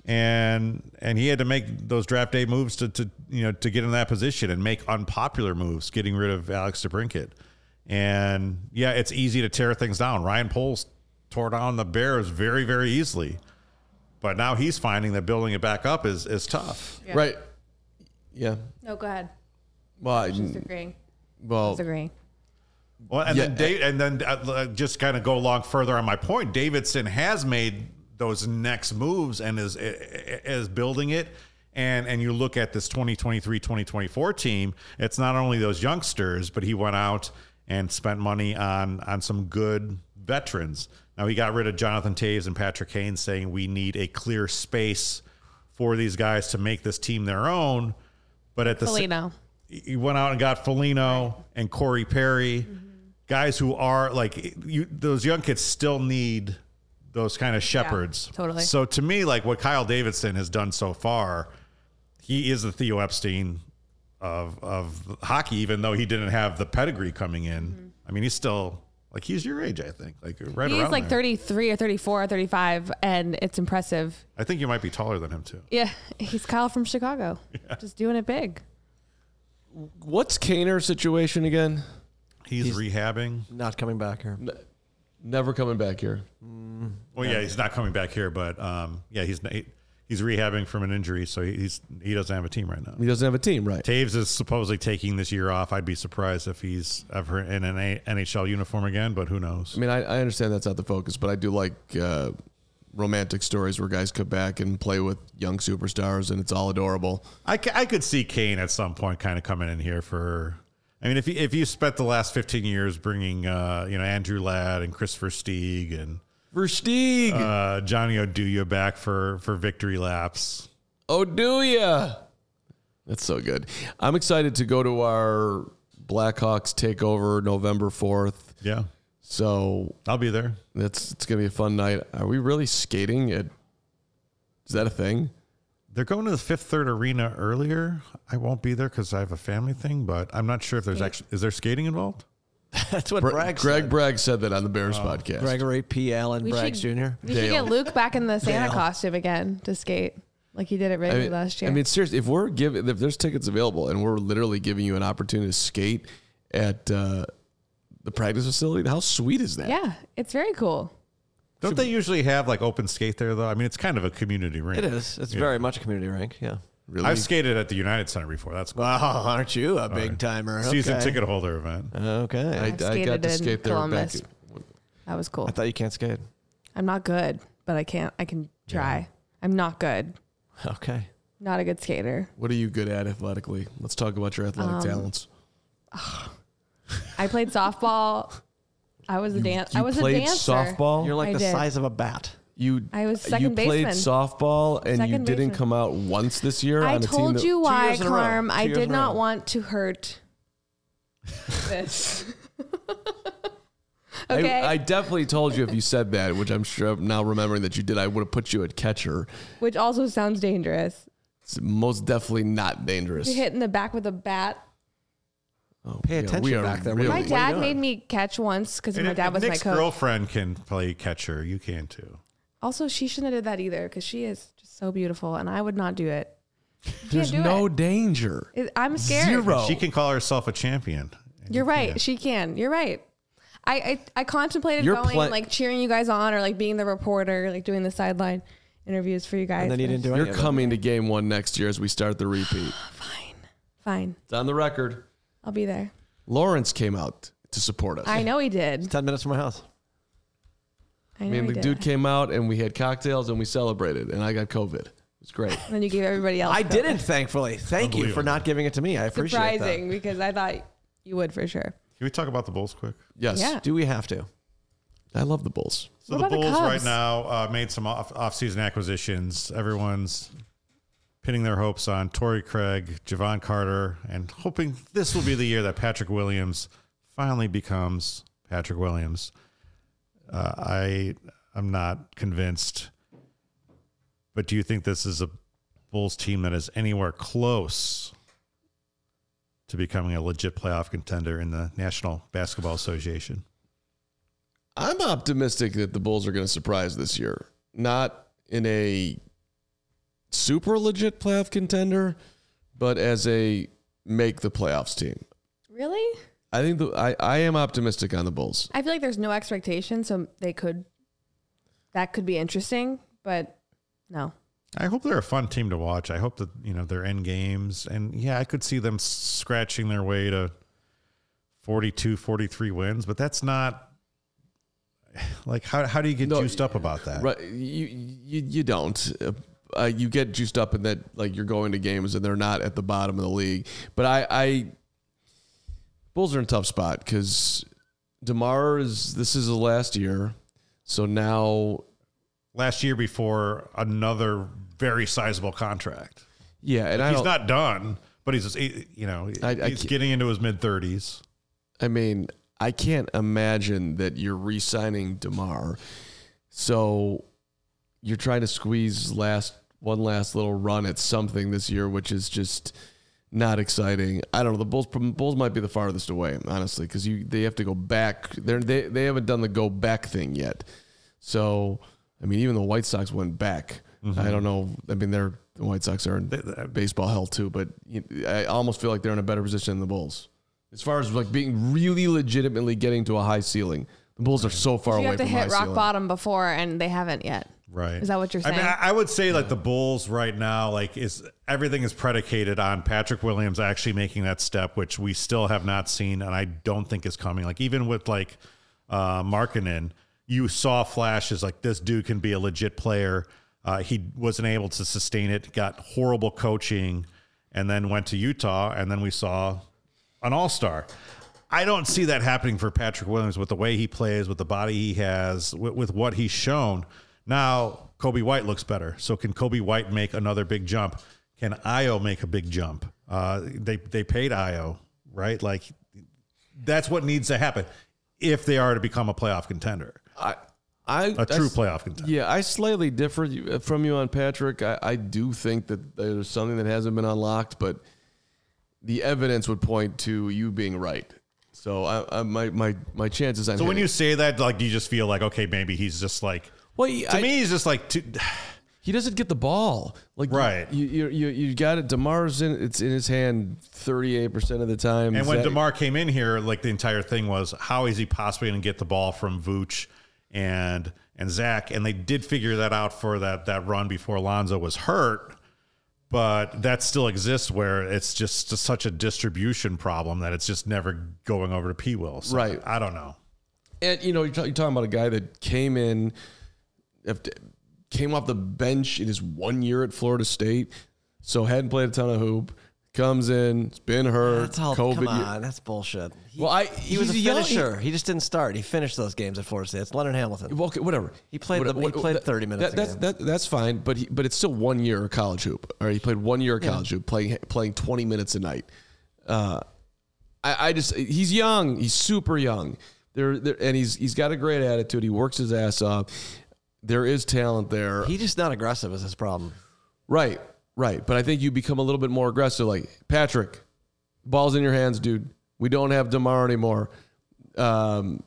A: and and he had to make those draft day moves to to you know to get in that position and make unpopular moves, getting rid of Alex DeBrinket. And yeah, it's easy to tear things down. Ryan Poles tore down the Bears very, very easily. But now he's finding that building it back up is is tough.
C: Yeah.
D: Right. Yeah.
C: No, go ahead.
D: Well, I,
C: Disagreeing.
D: well,
C: Disagreeing.
A: Well, and then
D: Yeah.
A: Dave, and then uh, uh, just kind of go along further on my point. Davidson has made those next moves and is eh, is building it. And and you look at this 2023-2024 team, it's not only those youngsters, but he went out and spent money on on some good veterans. Now he got rid of Jonathan Taves and Patrick Kane saying we need a clear space for these guys to make this team their own. But at the same
C: Felino.
A: he went out and got Felino and Corey Perry,
C: Mm-hmm.
A: guys who are like you, those young kids still need those kind of shepherds.
C: totally.
A: So to me, like what Kyle Davidson has done so far, he is the Theo Epstein of of hockey, even though he didn't have the pedigree coming in.
C: Mm-hmm.
A: I mean, he's still like he's your age, I think, like right
C: He's
A: around
C: like
A: there.
C: 33 or 34 or 35, and it's impressive.
A: I think you might be taller than him too.
C: Yeah, he's Kyle from Chicago, just doing it big.
D: what's Kaner's situation again?
A: He's, rehabbing.
B: Not coming back here.
D: Never coming back here.
A: Well, yeah, he's not coming back here, but um, yeah, he's he, he's rehabbing from an injury, so he's he doesn't have a team right now.
D: He doesn't have a team, right?
A: Taves is supposedly taking this year off. I'd be surprised if he's ever in an A- NHL uniform again, but who knows?
D: I mean, I, I understand that's not the focus, but I do like uh, romantic stories where guys come back and play with young superstars, and it's all adorable.
A: I, c- I could see Kane at some point kind of coming in here for. I mean, if you, if you spent the last fifteen years bringing uh, you know Andrew Ladd and Christopher Stieg and
D: Versteeg,
A: uh, Johnny Oduya back for for victory laps,
D: oh do ya? That's so good. I'm excited to go to our Blackhawks takeover November fourth.
A: yeah,
D: So
A: I'll be there.
D: that's it's gonna be a fun night. Are we really skating? At, is that a thing?
A: They're going to the Fifth Third Arena earlier. I won't be there because I have a family thing, but I'm not sure if there's actually is there skating involved.
B: That's what
D: Bre-
B: Bragg
D: Greg
B: said.
D: Bragg said that on the Bears podcast.
B: Gregory P. Allen
C: We
B: Bragg
C: should-
B: Jr.
C: We should
D: Dale.
C: get Luke back in the Santa
B: Dale.
C: costume again to skate like he did at
D: I
C: Wrigley
D: mean,
C: last year.
D: I mean, seriously, if we're giving, if there's tickets available and we're literally giving you an opportunity to skate at uh, the practice facility, how sweet is that?
C: yeah, it's very cool.
A: Don't they usually have like open skate there though? I mean, it's kind of a community rink.
B: It is. It's very much a community rank. Yeah.
D: Really?
A: I've skated at the United Center before. That's cool.
B: Wow, aren't you a big timer?
A: season
B: Okay.
A: ticket holder event.
B: Okay. I,
D: I, I got
C: skated
D: to
C: in
D: skate there back.
C: Columbus. That was cool.
B: I thought you can't skate.
C: I'm not good, but I can't. I can try. I'm not good.
B: Okay.
C: Not a good skater.
D: What are you good at athletically? Let's talk about your
C: Um,
D: athletic talents.
C: I played softball. I was a dance. I
D: you
C: was
D: played
C: a dancer.
D: softball?
B: You're like
C: I
B: the
C: did.
B: size of a bat.
D: You
C: I was
D: you
C: second
D: played
C: baseman.
D: softball and you
C: Second
D: didn't
C: baseman.
D: come out once this year
C: I
D: on a team.
C: told
D: that-
C: you why,
B: years in a row.
C: Carm.
B: Two
C: I
B: years
C: did
B: in a row.
C: not want to hurt this.
D: I-
C: okay.
D: I, definitely told you if you said that, which I'm sure I'm now remembering that you did, I would have put you at catcher.
C: Which also sounds dangerous.
D: It's most definitely not dangerous.
C: You hit in the back with a bat.
D: Oh,
B: Pay
D: yeah,
B: attention
D: we are
B: back there.
D: Really
C: My
B: What are you
C: dad
B: doing?
C: made me catch once because
A: And
C: my
A: if-
C: dad
A: if
C: was my
A: Nick's
C: coach.
A: girlfriend can play catcher. You can too.
C: Also, she shouldn't have did that either because she is just so beautiful, and I would not do it. You can't
D: There's
C: do
D: no
C: it.
D: danger.
C: It- I'm scared.
D: Zero.
A: She can call herself a champion.
C: You're right. She can. You're right. I I, I contemplated
D: You're
C: going
D: pla-
C: and like cheering you guys on or like being the reporter, like doing the sideline interviews for you guys.
B: And then you
C: but
B: didn't do
D: You're
B: anything.
D: coming to game one next year as we start the repeat.
C: Fine, fine.
D: It's on the record.
C: I'll be there.
D: Lawrence came out to support us.
C: I know he did.
B: Ten minutes from my house.
C: I
D: I
C: know
D: mean,
C: he
D: the
C: did.
D: dude came out and we had cocktails and we celebrated, and I got COVID. It was great.
C: and then you gave everybody else.
B: I
C: COVID.
B: didn't, thankfully. Thank you for not giving it to me. I appreciate
C: Surprising because I thought you would for sure.
A: Can we talk about the Bulls quick?
D: Yes.
C: Yeah.
B: that. Do we have to?
D: I love the Bulls.
A: So
C: What
A: the
C: about the
A: Bulls right
C: Cubs?
A: now uh, made some off, off-season acquisitions. Everyone's pinning their hopes on Torrey Craig, Javon Carter, and hoping this will be the year that Patrick Williams finally becomes Patrick Williams. Uh, I am not convinced, but do you think this is a Bulls team that is anywhere close to becoming a legit playoff contender in the National Basketball Association?
D: I'm optimistic that the Bulls are going to surprise this year. Not in a super legit playoff contender, but as a make the playoffs team.
C: Really?
D: I think the, I I am optimistic on the Bulls.
C: I feel like there's no expectation, so they could. That could be interesting, but no.
A: I hope they're a fun team to watch. I hope that you know they're in games, and yeah, I could see them scratching their way to 42, 43 wins, but that's not like how how do you get
D: No,
A: juiced up about that?
D: Right? You you you don't. Uh, you get juiced up in that like you're going to games and they're not at the bottom of the league. But I I Bulls are in a tough spot because Demar is this is the last year, so now
A: Last year, before another very sizable contract,
D: yeah, and I
A: he's
D: don't-
A: not done, but he's just he- you know
D: I- I
A: he's
D: can't-
A: getting into his mid thirties.
D: I mean, I can't imagine that you're re-signing Demar. So you're trying to squeeze last one last little run at something this year, which is just not exciting. I don't know. The Bulls Bulls might be the farthest away, honestly, because you they have to go back. They're, they they haven't done the go back thing yet. So I mean, even the White Sox went back. I don't know. I mean, they're the White Sox are in baseball hell too, but you, I almost feel like they're in a better position than the Bulls as far as like being really legitimately getting to a high ceiling. The Bulls are so far
C: You
D: away
C: have to
D: from
C: hit
D: high
C: rock
D: ceiling.
C: bottom before, and they haven't yet.
A: Right.
C: Is that what you're
A: I mean,
C: saying?
A: I, I would say like the Bulls right now, like is everything is predicated on Patrick Williams actually making that step, which we still have not seen, and I don't think is coming. Like even with like uh, Markkinen, you saw flashes like this dude can be a legit player. Uh, he wasn't able to sustain it, got horrible coaching, and then went to Utah, and then we saw an all star. I don't see that happening for Patrick Williams with the way he plays, with the body he has, with, with what he's shown. Now, Kobe White looks better. So, can Kobe White make another big jump? Can Io make a big jump? Uh, they they paid Io, right? Like that's what needs to happen if they are to become a playoff contender,
D: I, I,
A: a true
D: I,
A: playoff contender.
D: Yeah, I slightly differ you- uh, from you on Patrick. I, I do think that there's something that hasn't been unlocked, but the evidence would point to you being right. So I, I my my my chances on
A: So when
D: hitting-
A: you say that, like, do you just feel like okay, maybe he's just like
D: well, he-
A: to
D: I-
A: me, he's just like too,
D: he doesn't get the ball. Like
A: Right.
D: you you you, you got it. Demar's in it's in his hand thirty eight percent of the time.
A: And when
D: Zach-
A: DeMar came in here, like the entire thing was, how is he possibly going to get the ball from Vooch and and Zach? And they did figure that out for that that run before Alonzo was hurt, but that still exists where it's just such a distribution problem that it's just never going over to P. Will. So,
D: Right.
A: I don't know.
D: and you know you're, ta- you're talking about a guy that came in after, came off the bench in his one year at florida state so hadn't played a ton of hoop comes in it's been hurt
B: That's all.
D: covid
B: come
D: year-
B: on, that's bullshit. He,
D: Well, I-
B: he was a
D: he's young.
B: finisher. He, just didn't start. He finished those games at Florida State. It's Leonard Hamilton.
D: Well, okay, whatever.
B: He played
D: What-
B: the- he
D: what-
B: played 30 minutes
D: That, that, that, that's fine, but he, but it's still one year of college hoop. All right, he played one year of college hoop, playing playing 20 minutes a night. Uh, I, I just he's young. He's super young. There, there, and he's he's got a great attitude. He works his ass off. There is talent there.
B: He's just not aggressive. Is his problem?
D: Right, right. But I think you become a little bit more aggressive. Like Patrick, ball's in your hands, dude. We don't have Demar anymore. Um,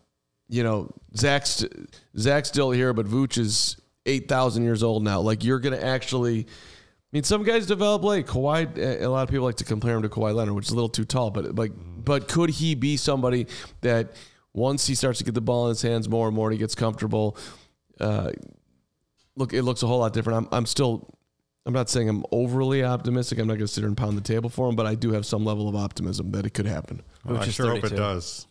D: you know, Zach's Zach's still here, but Vooch is eight thousand years old now. Like you're gonna actually. I mean, some guys develop late. Kawhi, a- a lot of people like to compare him to Kawhi Leonard, which is a little too tall. But like, but could he be somebody that once he starts to get the ball in his hands more and more, and he gets comfortable? Uh, look, it looks a whole lot different. I'm, I'm still I'm not saying I'm overly optimistic. I'm not going to sit here and pound the table for him, but I do have some level of optimism that it could happen.
A: Well, I
B: Vooch is
A: sure hope it
B: 32.
A: does.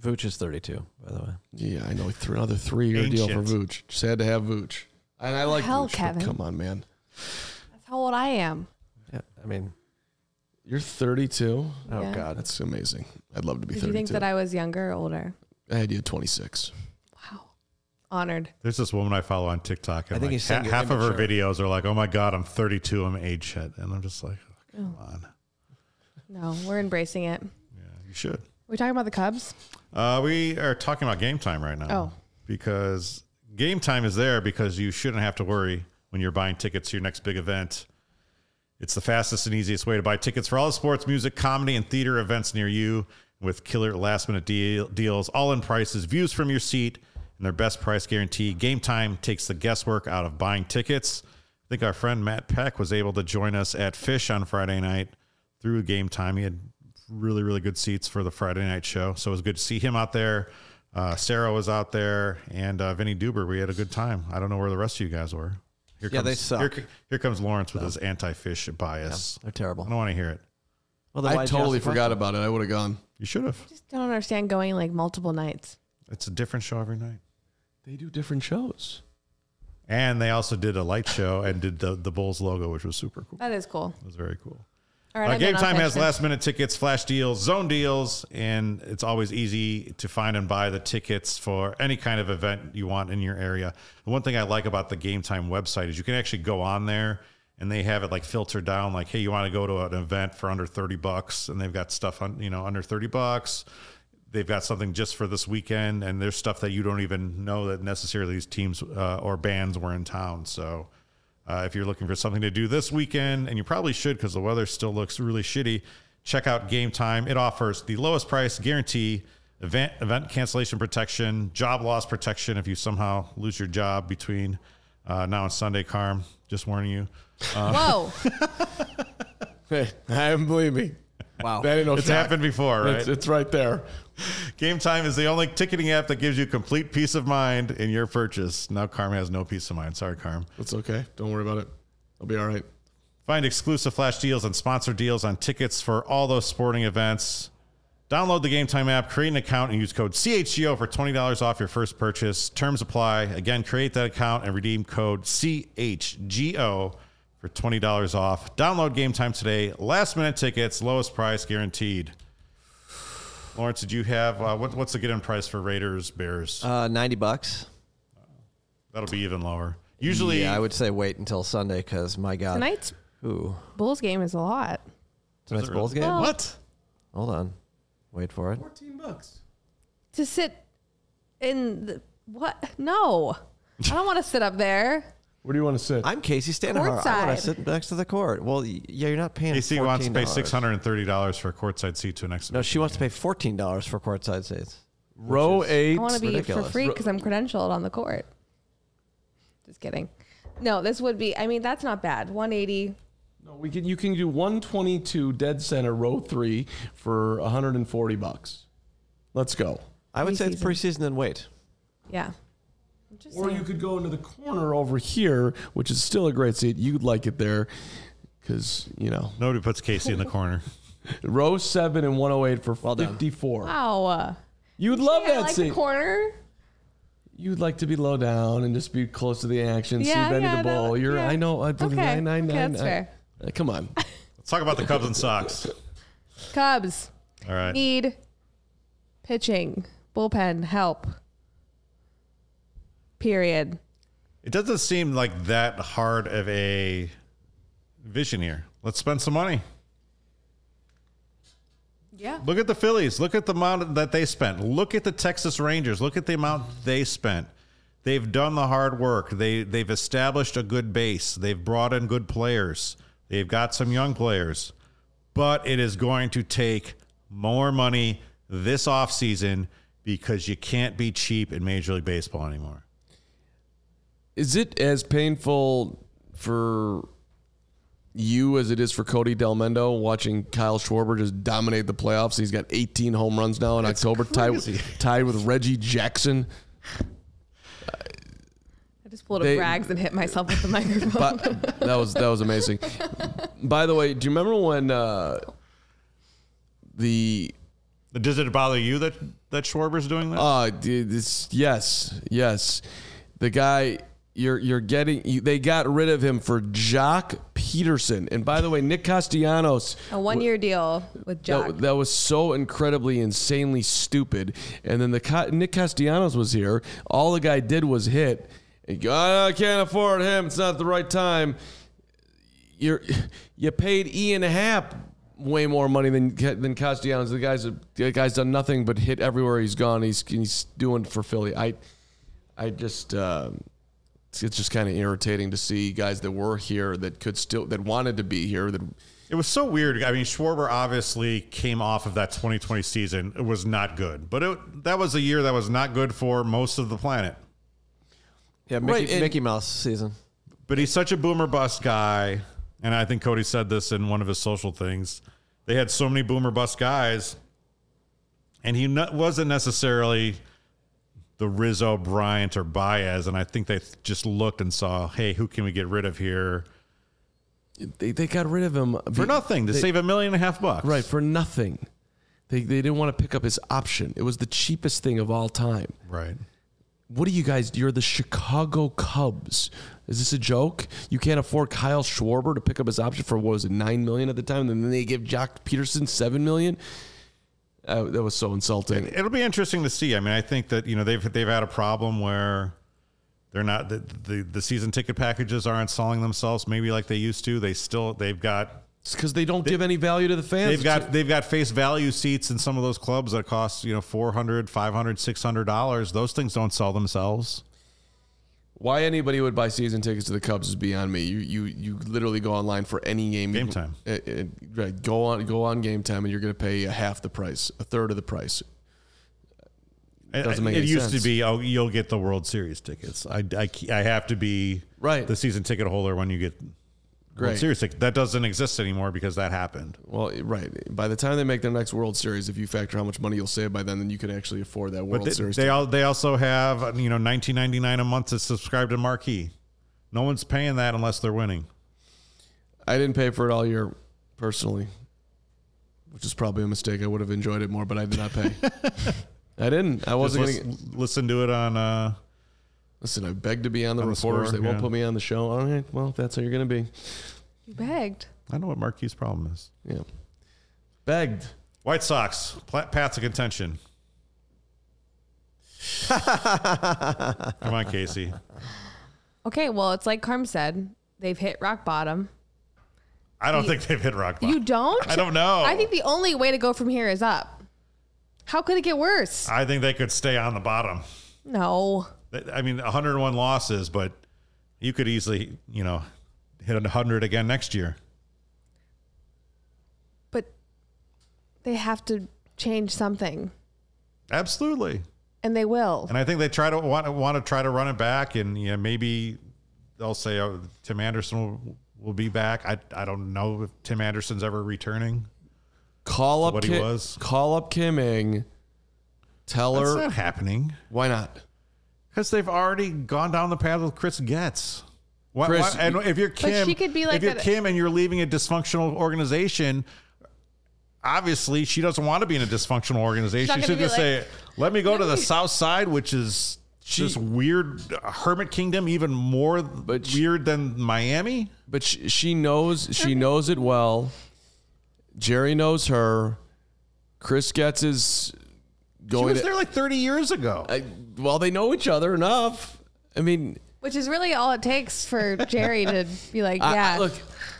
B: Vooch is 32, by the way.
D: Yeah, I know. Th- another three year deal for
A: Ancient.
D: Vooch. Just had to have Vooch. And I like
C: Hell,
D: Vooch, but
C: Kevin.
D: Come on, man.
C: That's how old I am.
B: Yeah, I mean,
D: You're 32.
B: oh
C: Yeah.
B: god,
D: That's amazing. I'd love to be
C: Did
D: 32.
C: you think that I was younger or older?
D: I had you at 26.
C: Wow. Honored.
A: There's this woman I follow on TikTok, and
B: I think
A: like
B: he's saying
A: ha-
B: you're
A: half of her
B: immature.
A: videos are like, "Oh my god, I'm 32, I'm age shit," and I'm just like, oh, "Come on,
C: No, we're embracing it.
A: you should."
C: We're talking about the Cubs.
A: Uh, we are talking about game time right now.
C: Oh.
A: Because game time is there because you shouldn't have to worry when you're buying tickets to your next big event. It's the fastest and easiest way to buy tickets for all the sports, music, comedy, and theater events near you with killer last minute deal, deals, all in prices, views from your seat, and their best price guarantee. Game time takes the guesswork out of buying tickets. I think our friend Matt Peck was able to join us at Fish on Friday night through game time. He had really, really good seats for the Friday night show. So it was good to see him out there. Uh, Sarah was out there, and uh, Vinny Duber. We had a good time. I don't know where the rest of you guys were. Here
B: Yeah,
A: comes,
B: they suck.
A: Here, here comes Lawrence with his anti-fish bias.
B: They're
A: I don't
B: terrible.
A: want to hear it.
B: Well, then
D: I
B: why'd you
D: totally
B: ask the
D: forgot about it. I would have gone.
A: You should have.
C: Just don't understand going like multiple nights.
A: It's a different show every night.
D: They do different shows.
A: And they also did a light show and did the the Bulls logo, which was super cool.
C: That is cool.
A: It was very cool.
C: All
A: Uh,
C: right. I'm
A: Game
C: done on
A: Time has
C: fashion.
A: last minute tickets, flash deals, zone deals, and it's always easy to find and buy the tickets for any kind of event you want in your area. The one thing I like about the Game Time website is you can actually go on there and they have it like filtered down, like, hey, you want to go to an event for under 30 bucks, and they've got stuff on, you know, under 30 bucks. They've got something just for this weekend, and there's stuff that you don't even know that necessarily these teams uh, or bands were in town. So, uh, if you're looking for something to do this weekend, and you probably should because the weather still looks really shitty, check out Game Time. It offers the lowest price guarantee, event event cancellation protection, job loss protection if you somehow lose your job between uh, now and Sunday. Carm, just warning you.
C: Whoa.
D: Hey, I haven't believe me.
B: Wow.
D: That ain't no
A: It's
D: shock.
A: happened before, right?
D: It's, it's right there.
A: Game Time is the only ticketing app that gives you complete peace of mind in your purchase. Now Carm has no peace of mind. Sorry, Carm.
D: It's okay. Don't worry about it. I'll be all right.
A: Find exclusive flash deals and sponsor deals on tickets for all those sporting events. Download the Game Time app, create an account, and use code CHGO for $20 off your first purchase. Terms apply. Again, create that account and redeem code CHGO for $20 off. Download Game Time today. Last minute tickets, lowest price guaranteed. Lawrence, did you have uh, what, what's the get in price for Raiders, Bears?
B: Uh, 90 bucks.
A: That'll be even lower. Usually,
B: Yeah, I would say wait until Sunday because my God.
C: Tonight's
B: Ooh.
C: Bulls game is a lot.
B: Tonight's Bulls game?
C: Well-
A: what?
B: Hold on. Wait for it.
D: 14 bucks.
C: To sit in the, what? No. I don't want to sit up there.
D: Where do you want to sit?
B: I'm Casey Stanahour. I want
C: Courtside.
B: to sit next to the court. Well, y- yeah, you're not paying.
A: AC wants to pay
B: $14.
A: $630 for a courtside seat to an exhibition.
B: No, she wants to pay fourteen dollars for courtside seats.
D: Row eight.
C: I want to be for
B: ridiculous.
C: free because I'm credentialed on the court. Just kidding. No, this would be. I mean, that's not bad. 180.
D: No, we can. You can do 122 dead center row three for 140 bucks. Let's go.
B: I would say it's preseason and wait.
C: Yeah.
D: Or you could go into the corner over here, which is still a great seat. You'd like it there, because you know
A: Nobody puts Casey in the corner.
D: row seven and 108 for 54.
C: Wow.
D: You'd love
C: Yeah, I
D: that
C: Ah, like the
D: seat.
C: corner.
D: You'd like to be low down and just be close to the action,
C: Yeah,
D: see Benny
C: yeah,
D: the ball.
C: that-
D: You're.
C: yeah.
D: I know. I
C: Okay.
D: believe nine, nine,
C: Okay,
D: nine,
C: that's
D: nine.
C: fair.
D: Uh, Come on.
A: Let's talk about the Cubs and Sox.
C: Cubs
A: All right.
C: need pitching, bullpen help. Period.
A: It doesn't seem like that hard of a vision here. Let's spend some money.
C: Yeah.
A: Look at the Phillies. Look at the amount that they spent. Look at the Texas Rangers. Look at the amount they spent. They've done the hard work. They they've established a good base. They've brought in good players. They've got some young players. But it is going to take more money this offseason because you can't be cheap in Major League Baseball anymore.
D: Is it as painful for you as it is for Cody Delmendo watching Kyle Schwarber just dominate the playoffs? He's got 18 home runs now in October, tied,
A: crazy.
D: tied with Reggie Jackson.
C: I just pulled
D: They-
C: up rags and hit myself with the microphone.
D: But that was that was amazing. By the way, do you remember when uh, the
A: Does it bother you that that Schwarber's doing that?
D: Uh, dude, this, yes, yes. The guy you're you're getting you, they got rid of him for Jock Peterson. And by the way, Nick Castellanos
C: a one-year deal with Jock.
D: that, that was so incredibly insanely stupid. And then the Ca- Nick Castellanos was here. All the guy did was hit. And go, "Ah, I can't afford him. It's not the right time. You're you paid E Ian Happ way more money than Ca- than Castellanos. The guy's the guy's done nothing but hit everywhere he's gone. He's he's doing for Philly. I I just. um it's- it's just kind of irritating to see guys that were here that could still that wanted to be here that
A: It was so weird. I mean, Schwarber obviously came off of that 2020 season. It was not good, but it, that was a year that was not good for most of the planet.
B: Yeah, Mickey,
D: Right, and-
B: Mickey Mouse season.
A: But he's such a boomer bust guy, and I think Cody said this in one of his social things. they had so many boomer bust guys, and he not, wasn't necessarily the Rizzo, Bryant, or Baez. And I think they th- just looked and saw, hey, who can we get rid of here
D: They, they got rid of him
A: for nothing to save a million and a half bucks?
D: Right, for nothing. They, they didn't want to pick up his option. It was the cheapest thing of all time.
A: right.
D: What are you guys? You're the Chicago Cubs. Is this a joke? You can't afford Kyle Schwarber to pick up his option for what was it, nine million at the time, and then they give Jock Peterson seven million. Uh, that was so insulting.
A: It'll be interesting to see. I mean, I think that you know they've they've had a problem where they're not the the, the season ticket packages aren't selling themselves maybe like they used to. They still they've got
D: It's because they don't give any value to the fans.
A: they've got they've got face value seats in some of those clubs that cost you know 400 500 600 dollars those things don't sell themselves
D: Why anybody would buy season tickets to the Cubs is beyond me. You you you literally go online for any game.
A: Game time.
D: Uh, uh, right, go on go on game time, and you're going to pay a half the price, a third of the price. Doesn't make
A: it
D: any
A: used to
D: sense.
A: be oh you'll get the world series tickets i, I, I have to be
D: Right.
A: the season ticket holder when you get
D: Great.
A: world series ticket. that doesn't exist anymore because that happened
D: Well, eh, right. By the time they make their next World Series, if you factor how much money you'll save by then, then you can actually afford that World
A: But they,
D: Series.
A: they all they also have uh, you know 19.99 a month to subscribe to marquee no one's paying that unless they're winning
D: I didn't pay for it all year, personally, which is probably a mistake. I would have enjoyed it more, but I did not pay. I didn't. I
A: Just
D: wasn't going to.
A: lis- listen to it on uh
D: Listen, I begged to be on the
A: On the
D: reporters.
A: score,
D: they won't
A: yeah.
D: put me on the show. All right. Well, if that's how you're going to be.
C: You begged.
A: i know what marquee's problem is
D: Yeah. Begged.
A: white sox pla- paths of contention come on casey
C: Okay, well, it's like Carm said, they've hit rock bottom.
A: i don't
C: You-
A: think they've hit rock bottom
C: You don't?
A: I don't know.
C: I think the only way to go from here is up. How could it get worse?
A: i think they could stay on the bottom
C: No.
A: That- i mean 101 losses but you could easily you know hit 100 again next year
C: But they have to change something,
A: absolutely
C: and they will.
A: And I think they try to want, want to try to run it back, and you know, maybe they'll say oh, Tim Anderson will, will be back. I I don't know if Tim Anderson's ever returning.
D: Call up
A: what he
D: Kim,
A: was.
D: Call up Kim Ng. Tell
A: That's
D: her.
A: not happening
D: why not?
A: because they've already gone down the path with Chris Getz. Why,
D: Chris-
A: why- and if you're Kim,
C: she could be like
A: if you're
C: that-
A: Kim and you're leaving a dysfunctional organization. Obviously, she doesn't want to be in a dysfunctional organization.
C: gonna
A: She's going
C: be
A: to say,
C: like,
A: "Let me go to the
C: "No."
A: South Side, which is this weird hermit kingdom, even more
D: she-
A: weird than Miami."
D: But she, she knows she knows it well. Jerry knows her. Chris gets is
A: She
D: going.
A: was
D: To,
A: there like 30 years ago.
D: I, well, they know each other enough. I mean,
C: Which is really all it takes for Jerry to be like,
D: I- I-
C: yeah.
D: look,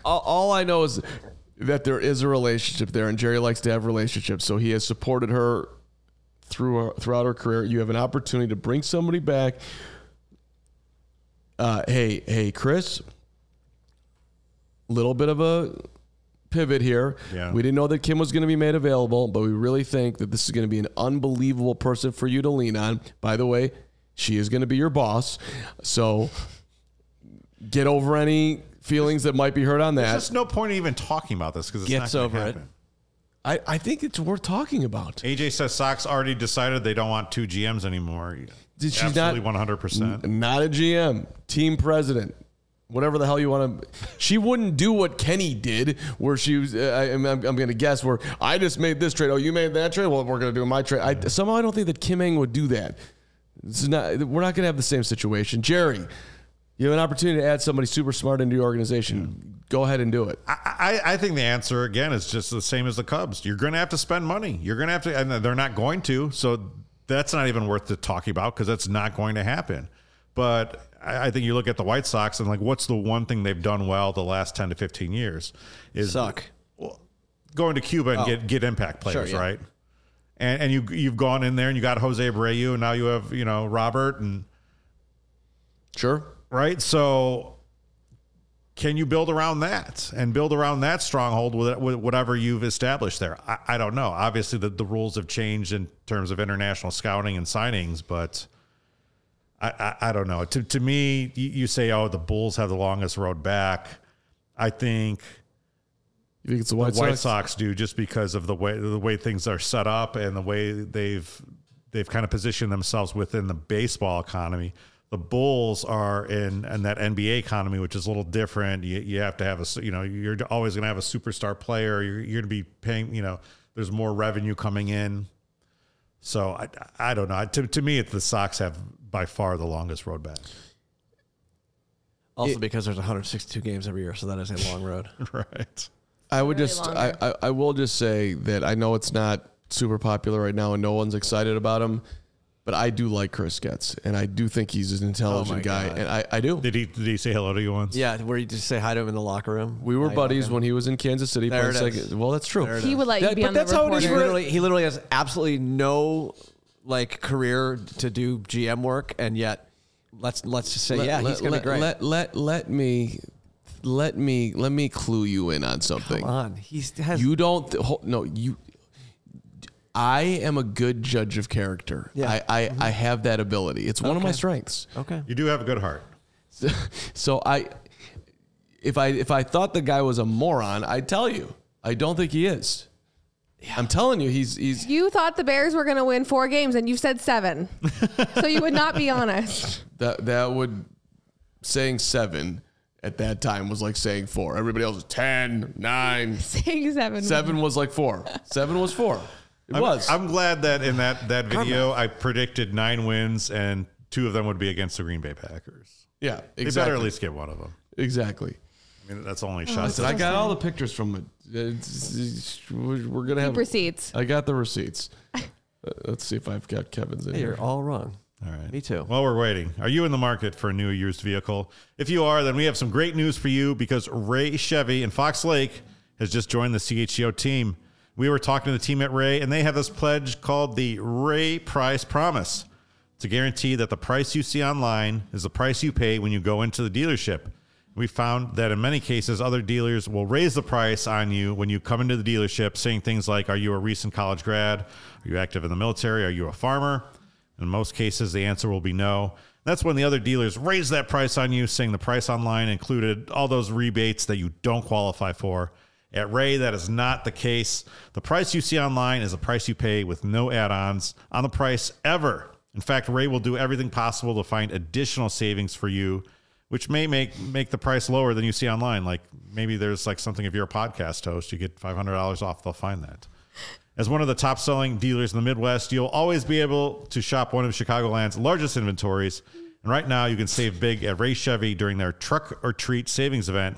D: all, all I know is that there is a relationship there, and Jerry likes to have relationships, so he has supported her through uh, throughout her career. You have an opportunity to bring somebody back. Uh, hey, hey, Chris, little bit of a pivot here.
A: Yeah.
D: We didn't know that Kim was going to be made available, but we really think that this is going to be an unbelievable person for you to lean on. By the way, she is going to be your boss, so get over any feelings that might be hurt on that.
A: There's just no point in even talking about this because it's not
D: Gets
A: gonna
D: over it.
A: happen.
D: I, I think it's worth talking about.
A: AJ says Sox already decided they don't want two GMs anymore.
D: Did she
A: Absolutely
D: not-
A: 100%.
D: Not a GM, team president, whatever the hell you want to. She wouldn't do what Kenny did, where she was. Uh, I, I'm, I'm going to guess where I just made this trade. Oh, you made that trade. Well, we're going to do my trade. I, somehow I don't think that Kim Eng would do that. It's not. We're not going to have the same situation. Jerry, you have an opportunity to add somebody super smart into your organization. Go ahead and do it.
A: I, I, I think the answer, again, is just the same as the Cubs. You're going to have to spend money. You're going to have to, and they're not going to. So that's not even worth the talking about because that's not going to happen. But I, I think you look at the White Sox and, like, what's the one thing they've done well the last 10 to 15 years? Is
B: Suck. Oh.
A: going to Cuba and get get impact players,
B: yeah.
A: right? And and you you've gone in there and you got Jose Abreu and now you have you know Robert and
D: Sure.
A: right. So can you build around that and build around that stronghold with, with whatever you've established there? I, I don't know. Obviously, the, the rules have changed in terms of international scouting and signings, but. I, I, I don't know. To, to me, you, you say, oh, the Bulls have the longest road back. I think
D: You think it's the White,
A: White
D: Sox?
A: Sox do just because of the way the way things are set up and the way they've they've kind of positioned themselves within the baseball economy. The Bulls are in in that NBA economy, which is a little different. You, you have to have a s- you know you're always going to have a superstar player. You're, you're going to be paying you know there's more revenue coming in. So I I don't know. I- To to me, it's the Sox have by far the longest road back.
B: Also, because there's 162 games every year, so that is a long road.
A: Right.
D: I would
C: Really
D: just I,
C: longer.
D: I I will just say that I know it's not super popular right now and no one's excited about him, but I do like Chris Getz and I do think he's an intelligent guy
B: Oh God.
D: and I, I do.
A: Did he did he say hello to you once?
B: yeah, where you just say hi to him in the locker room.
D: We were
B: Like,
D: buddies
B: okay.
D: when he was in Kansas City.
B: There
D: playing
B: it is.
D: second- Well, that's true.
B: There it
C: He would let
D: That-
C: you be
D: but
C: on the
D: that's how it
C: reporter.
B: He
D: is
B: literally, he literally has absolutely no like career to do GM work, and yet let's let's just say
D: Let-
B: yeah,
D: let,
B: he's gonna
D: let,
B: be great.
D: Let, let let me let me let me clue you in on something.
B: Come on, he's has
D: You don't th- ho- no you. I am a good judge of character.
B: Yeah. Mm-hmm.
D: I I, I have that ability. It's one of my
B: Okay.
D: strengths.
B: okay.
A: You do have a good heart.
D: so I, if I if I thought the guy was a moron, I'd tell you. I don't think he is. I'm telling you, he's he's.
C: You thought the Bears were going to win four games, and you said seven. so you would not be honest.
D: That that would saying seven at that time was like saying four. Everybody else was ten, nine,
C: Saying seven.
D: seven was like four. Seven was four. It was.
A: I'm glad that in that that video I predicted nine wins and two of them would be against the Green Bay Packers.
D: yeah,
A: They better
D: exactly.
A: at least get one of them.
D: exactly.
A: I mean, that's the only shot.
D: Listen, I got all the pictures from it. It's- it's- We're we're gonna have
C: Receipts.
D: I got the receipts. Uh, Let's see if I've got Kevin's in
B: Hey,
D: here.
B: you're all wrong.
A: all right.
B: Me too.
A: While we're waiting, are you in the market for a new or used vehicle? If you are, then we have some great news for you because Ray Chevy in Fox Lake has just joined the CHGO team. We were talking to the team at Ray, and they have this pledge called the Ray Price Promise to guarantee that the price you see online is the price you pay when you go into the dealership. We found that in many cases, other dealers will raise the price on you when you come into the dealership, saying things like, Are you a recent college grad? Are you active in the military? Are you a farmer? In most cases, the answer will be no. That's when the other dealers raise that price on you, saying the price online included all those rebates that you don't qualify for. At Ray, that is not the case. The price you see online is the price you pay with no add ons on the price ever. In fact, Ray will do everything possible to find additional savings for you, which may make, make the price lower than you see online. Like maybe there's like something if you're a podcast host, you get $500 off, they'll find that. As one of the top selling dealers in the Midwest, you'll always be able to shop one of Chicagoland's largest inventories. And right now, you can save big at Ray Chevy during their Truck or Treat savings event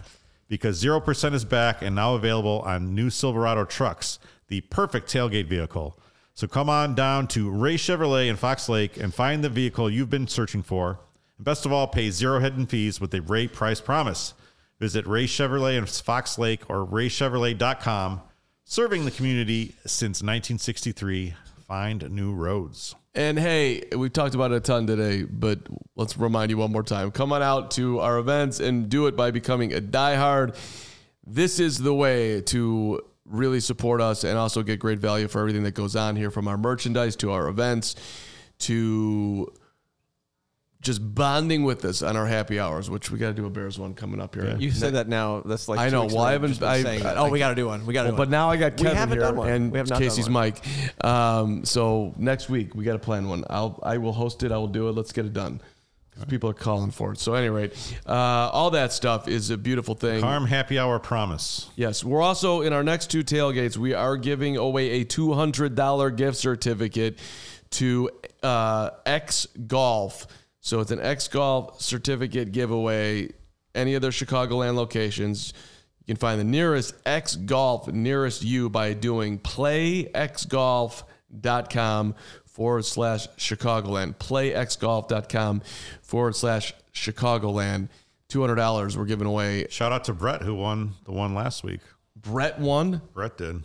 A: because 0% is back and now available on new Silverado trucks, the perfect tailgate vehicle. So come on down to Ray Chevrolet in Fox Lake and find the vehicle you've been searching for. And best of all, pay zero hidden fees with the Ray Price Promise. Visit Ray Chevrolet in Fox Lake or raychevrolet.com. Serving the community since 1963. Find new roads.
D: And hey, we've talked about it a ton today, but let's remind you one more time. Come on out to our events and do it by becoming a diehard. This is the way to really support us and also get great value for everything that goes on here from our merchandise to our events to just bonding with us on our happy hours, which we got to do a Bears one coming up here.
B: You say that now. That's like
D: I
B: two
D: know.
B: weeks
D: Well, I
B: later,
D: haven't-
B: just been
D: I-
B: saying that.
D: I-
B: oh, we got to do one. We got to. do
D: But
B: one.
D: now I got
B: We
D: Kevin
B: haven't
D: here
B: done one.
D: and
B: We have not done
D: Casey's mic. Um, so next week we got to plan one. I'll I will host it. I will do it. Let's get it done. 'Cause People are calling for it. So, at any rate, uh, all that stuff is a beautiful thing.
A: Farm Happy Hour Promise.
D: Yes, we're also in our next two tailgates. We are giving away a two hundred dollar gift certificate to uh, X Golf. So it's an X Golf certificate giveaway. Any of their Chicagoland locations, you can find the nearest X Golf nearest you by doing playxgolf.com forward slash Chicagoland. Playxgolf.com forward slash Chicagoland. Two hundred dollars we're giving away.
A: Shout out to Brett who won the one last week.
D: Brett won.
A: Brett did.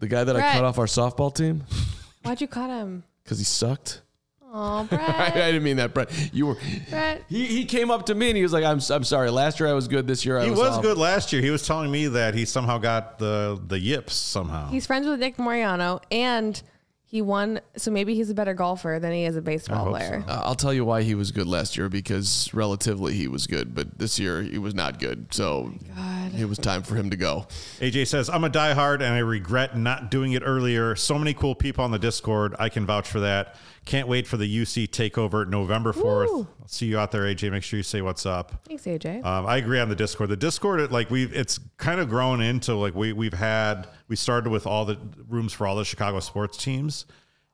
D: The guy that I
C: Brett.
D: cut off our softball team
C: Why'd you cut him?
D: because he sucked.
C: Oh,
D: I, I
C: Brett.
D: didn't mean that, Brett. You were.
C: Brett.
D: He, he came up to me and he was like, "I'm I'm sorry. Last year I was good. This year I
A: He
D: was,
A: was,
D: off."
A: good last year. He was telling me that he somehow got the the yips somehow.
C: He's friends with Nick Moriano, and he won. So maybe he's a better golfer than he is a baseball
A: hope
C: player.
D: Uh, I'll tell you why he was good last year because relatively he was good, but this year he was not good.
C: Oh
D: So
C: God.
D: It was time for him to go.
A: AJ says, I'm a diehard and I regret not doing it earlier. So many cool people on the Discord. I can vouch for that. Can't wait for the UC takeover November 4th.
C: Woo.
A: I'll see you out there, AJ. Make sure you say what's up.
C: Thanks, AJ.
A: Um, I agree on the Discord. The Discord, it, like we've, it's kind of grown into like we we've had. We started with all the rooms for all the Chicago sports teams,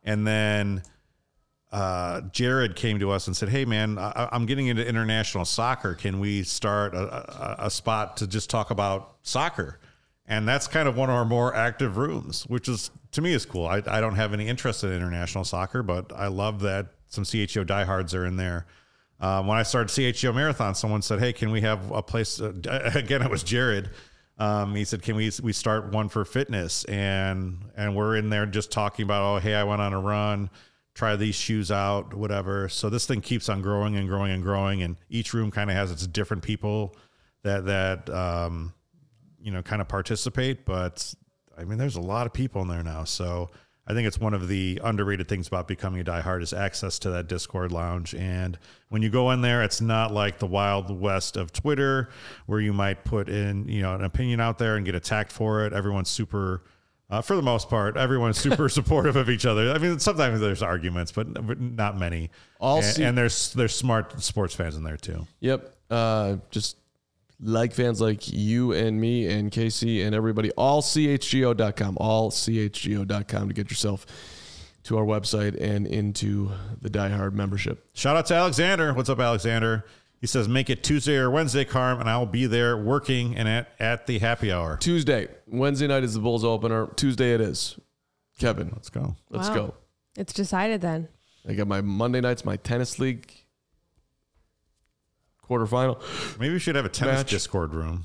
A: and then uh, Jared came to us and said, "Hey, man, I, I- I'm getting into international soccer. Can we start a, a, a spot to just talk about soccer?" And that's kind of one of our more active rooms, which is to me is cool. I, I don't have any interest in international soccer, but I love that some CHO diehards are in there. Um, when I started CHO Marathon, someone said, "Hey, can we have a place?" Uh, again, it was Jared. Um, he said, "Can we we start one for fitness?" And and we're in there just talking about, "Oh, hey, I went on a run, try these shoes out, whatever." So this thing keeps on growing and growing and growing, and each room kind of has its different people that that um, you know kind of participate. But I mean, there's a lot of people in there now, so. I think it's one of the underrated things about becoming a diehard is access to that Discord lounge. And when you go in there, it's not like the wild west of Twitter where you might put in, you know, an opinion out there and get attacked for it. Everyone's super, uh, for the most part, everyone's super supportive of each other. I mean, sometimes there's arguments, but n- but not many.
D: All
A: and,
D: se-
A: and there's there's smart sports fans in there too.
D: Yep. Uh, just like fans like you and me and Casey and everybody, all chgo.com, all chgo.com to get yourself to our website and into the diehard membership.
A: Shout out to Alexander. What's up, Alexander? He says, make it Tuesday or Wednesday, Carm, and I'll be there working and at, at the happy hour.
D: Tuesday, Wednesday night is the Bulls opener. Tuesday it is. Kevin,
A: Let's go.
D: let's
C: Wow.
D: go.
C: It's decided then.
D: I got my Monday nights, my tennis league quarterfinal.
A: Maybe we should have a tennis
D: Match.
A: Discord room.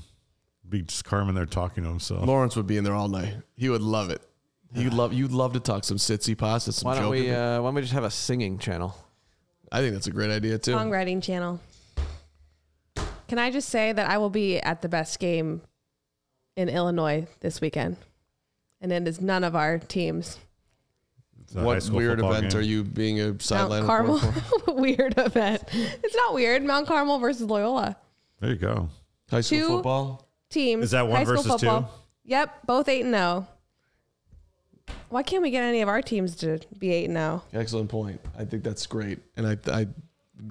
A: Be just Carmen there talking to himself.
D: Lawrence would be in there all night. He would love it. You love you'd love to talk some sitsy pasta, some
B: Why don't we?
D: joking.
B: Uh, why don't we just have a singing channel?
D: I think that's a great idea too.
C: Songwriting channel. Can I just say that I will be at the best game in Illinois this weekend? And it is none of our teams.
A: It's a high
D: what
A: school
D: weird
A: football
D: event
A: game.
D: are you being a sideline
C: Mount
D: reporter
C: Carmel
D: for?
C: weird event. It's not weird. Mount Carmel versus Loyola.
A: There you go.
D: High school
C: Two-
D: football.
C: Teams.
A: Is that one
C: high school
A: versus
C: football.
A: two?
C: Yep, both eight and zero. Why can't we get any of our teams to be eight and oh? zero?
D: Excellent point. I think that's great, and I I,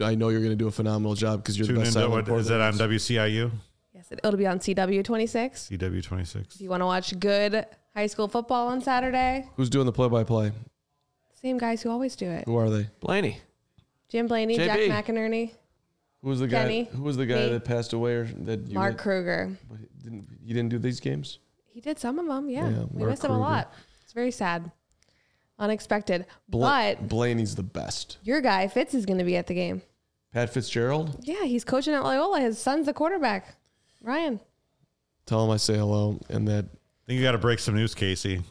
D: I know you're going to do a phenomenal job because you're
A: Tune
D: the best
A: into
D: sideline
A: what
D: reporter.
A: is that on WCIU?
C: Yes, it, it'll be on CW twenty six.
A: CW twenty six.
C: If you want to watch good high school football on Saturday,
D: Who's doing the play-by-play?
C: same guys who always do it:
D: Who are they?
B: Blaney.
C: Jim Blaney,
B: JB.
C: Jack McInerney,
D: Who was the guy?
C: Kenny.
D: Who was the guy
C: Me.
D: that passed away or that you
C: Mark
D: had-
C: Kruger.
D: but he didn't you didn't do these games?
C: He did some of them. Yeah,
D: Yeah,
C: we
D: Mark
C: missed him a
D: Kruger.
C: lot. It's very sad, unexpected.
D: Bla-
C: but
D: Blaney's the best.
C: your guy Fitz is going to be at the game.
D: Pat Fitzgerald.
C: Yeah, he's coaching at Loyola. His son's the quarterback, Ryan.
D: Tell him I say hello, and that
A: I think you got to break some news, Casey.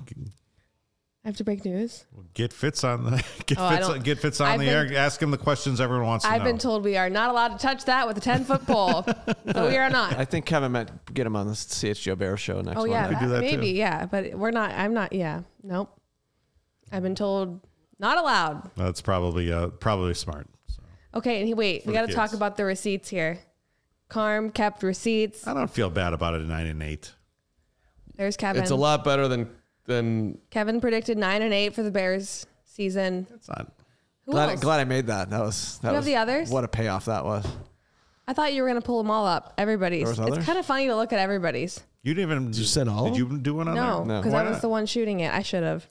C: I have to break news.
A: Get Fitz on the get
C: Oh, I
A: Fitz
C: don't-
A: get Fitz on
C: I've
A: the
C: been-
A: air. Ask him the questions everyone wants to
C: I've
A: know.
C: been told we are not allowed to touch that with a ten foot pole, but we are
B: I
C: not.
B: think Kevin meant get him on the CHGO Bear show next.
C: Oh yeah,
B: Monday.
A: could do
C: that-
A: that too.
C: maybe yeah, but we're not. I'm not. Yeah, nope. I've been told not allowed.
A: That's probably uh, probably smart. So.
C: Okay, and he, wait, we
A: the
C: got to talk
A: kids.
C: about the receipts here. Carm kept receipts.
A: I don't feel bad about it. at Nine and eight.
C: There's Kevin.
D: it's a lot better than than.
C: Kevin predicted nine and eight for the Bears season.
A: It's not.
C: Who
B: Glad,
C: else?
B: glad I made that. That was. That
C: you have
B: was
C: the others?
B: What a payoff that was.
C: I thought you were gonna pull them all up. Everybody's.
B: There was
C: It's
B: others?
C: kind of funny to look at everybody's.
A: You didn't even.
D: you send all
A: Did you do one on
C: No,
A: there?
B: No.
C: because
A: Why
C: I was
A: not?
C: the one shooting it. I should have.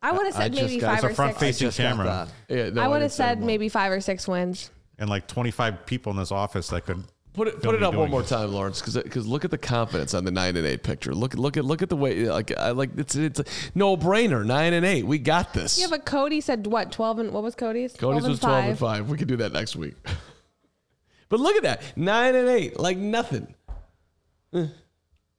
C: I would have
B: I
C: said
B: just
C: maybe
B: got-
C: five
A: It's a
C: or
A: front
C: six.
A: facing
B: Just got
A: camera
B: that.
D: Yeah, no,
C: I would have
D: didn't send
C: said
D: them all.
C: maybe five or six wins.
A: and like twenty five people in this office that could.
D: Put it
A: Don't
D: put it
A: be
D: up one
A: doing
D: more
A: this.
D: time, Lawrence, because because look at the confidence on the nine and eight picture. Look look at look at the way like I like it's it's a no brainer nine and eight. We got this.
C: Yeah, but Cody said what twelve and what was Cody's?
D: Cody's was twelve and five. We could do that next week. but look at that nine and eight, like nothing. Eh.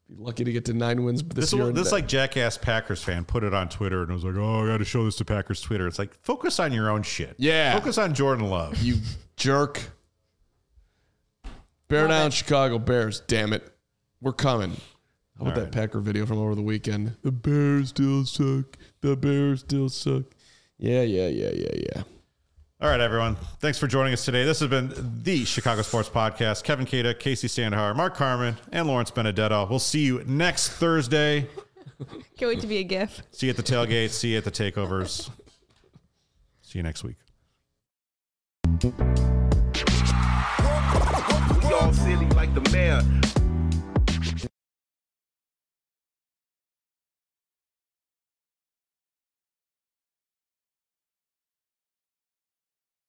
D: Be lucky to get to nine wins this,
A: This,
D: year.
A: one-
D: and
A: this
D: that.
A: like jackass Packers fan put it on Twitter and was like, "Oh, I got to show this to Packers Twitter." It's like focus on your own shit.
D: Yeah.
A: focus on Jordan Love.
D: you jerk. Bear
C: Love
D: down,
C: it.
D: Chicago Bears. Damn it, we're coming. How about
A: All
D: that Packer video from over the weekend? The Bears still suck. The Bears still suck. Yeah, yeah, yeah, yeah, yeah.
A: All right, everyone. Thanks for joining us today. This has been the Chicago Sports Podcast. Kevin Kada, Casey Sandhar, Mark Carmen, and Lawrence Benedetto. We'll see you next Thursday.
C: Can't wait to be a GIF.
A: See you at the tailgate. See you at the takeovers. See you next week.
E: Y'all silly like the mayor.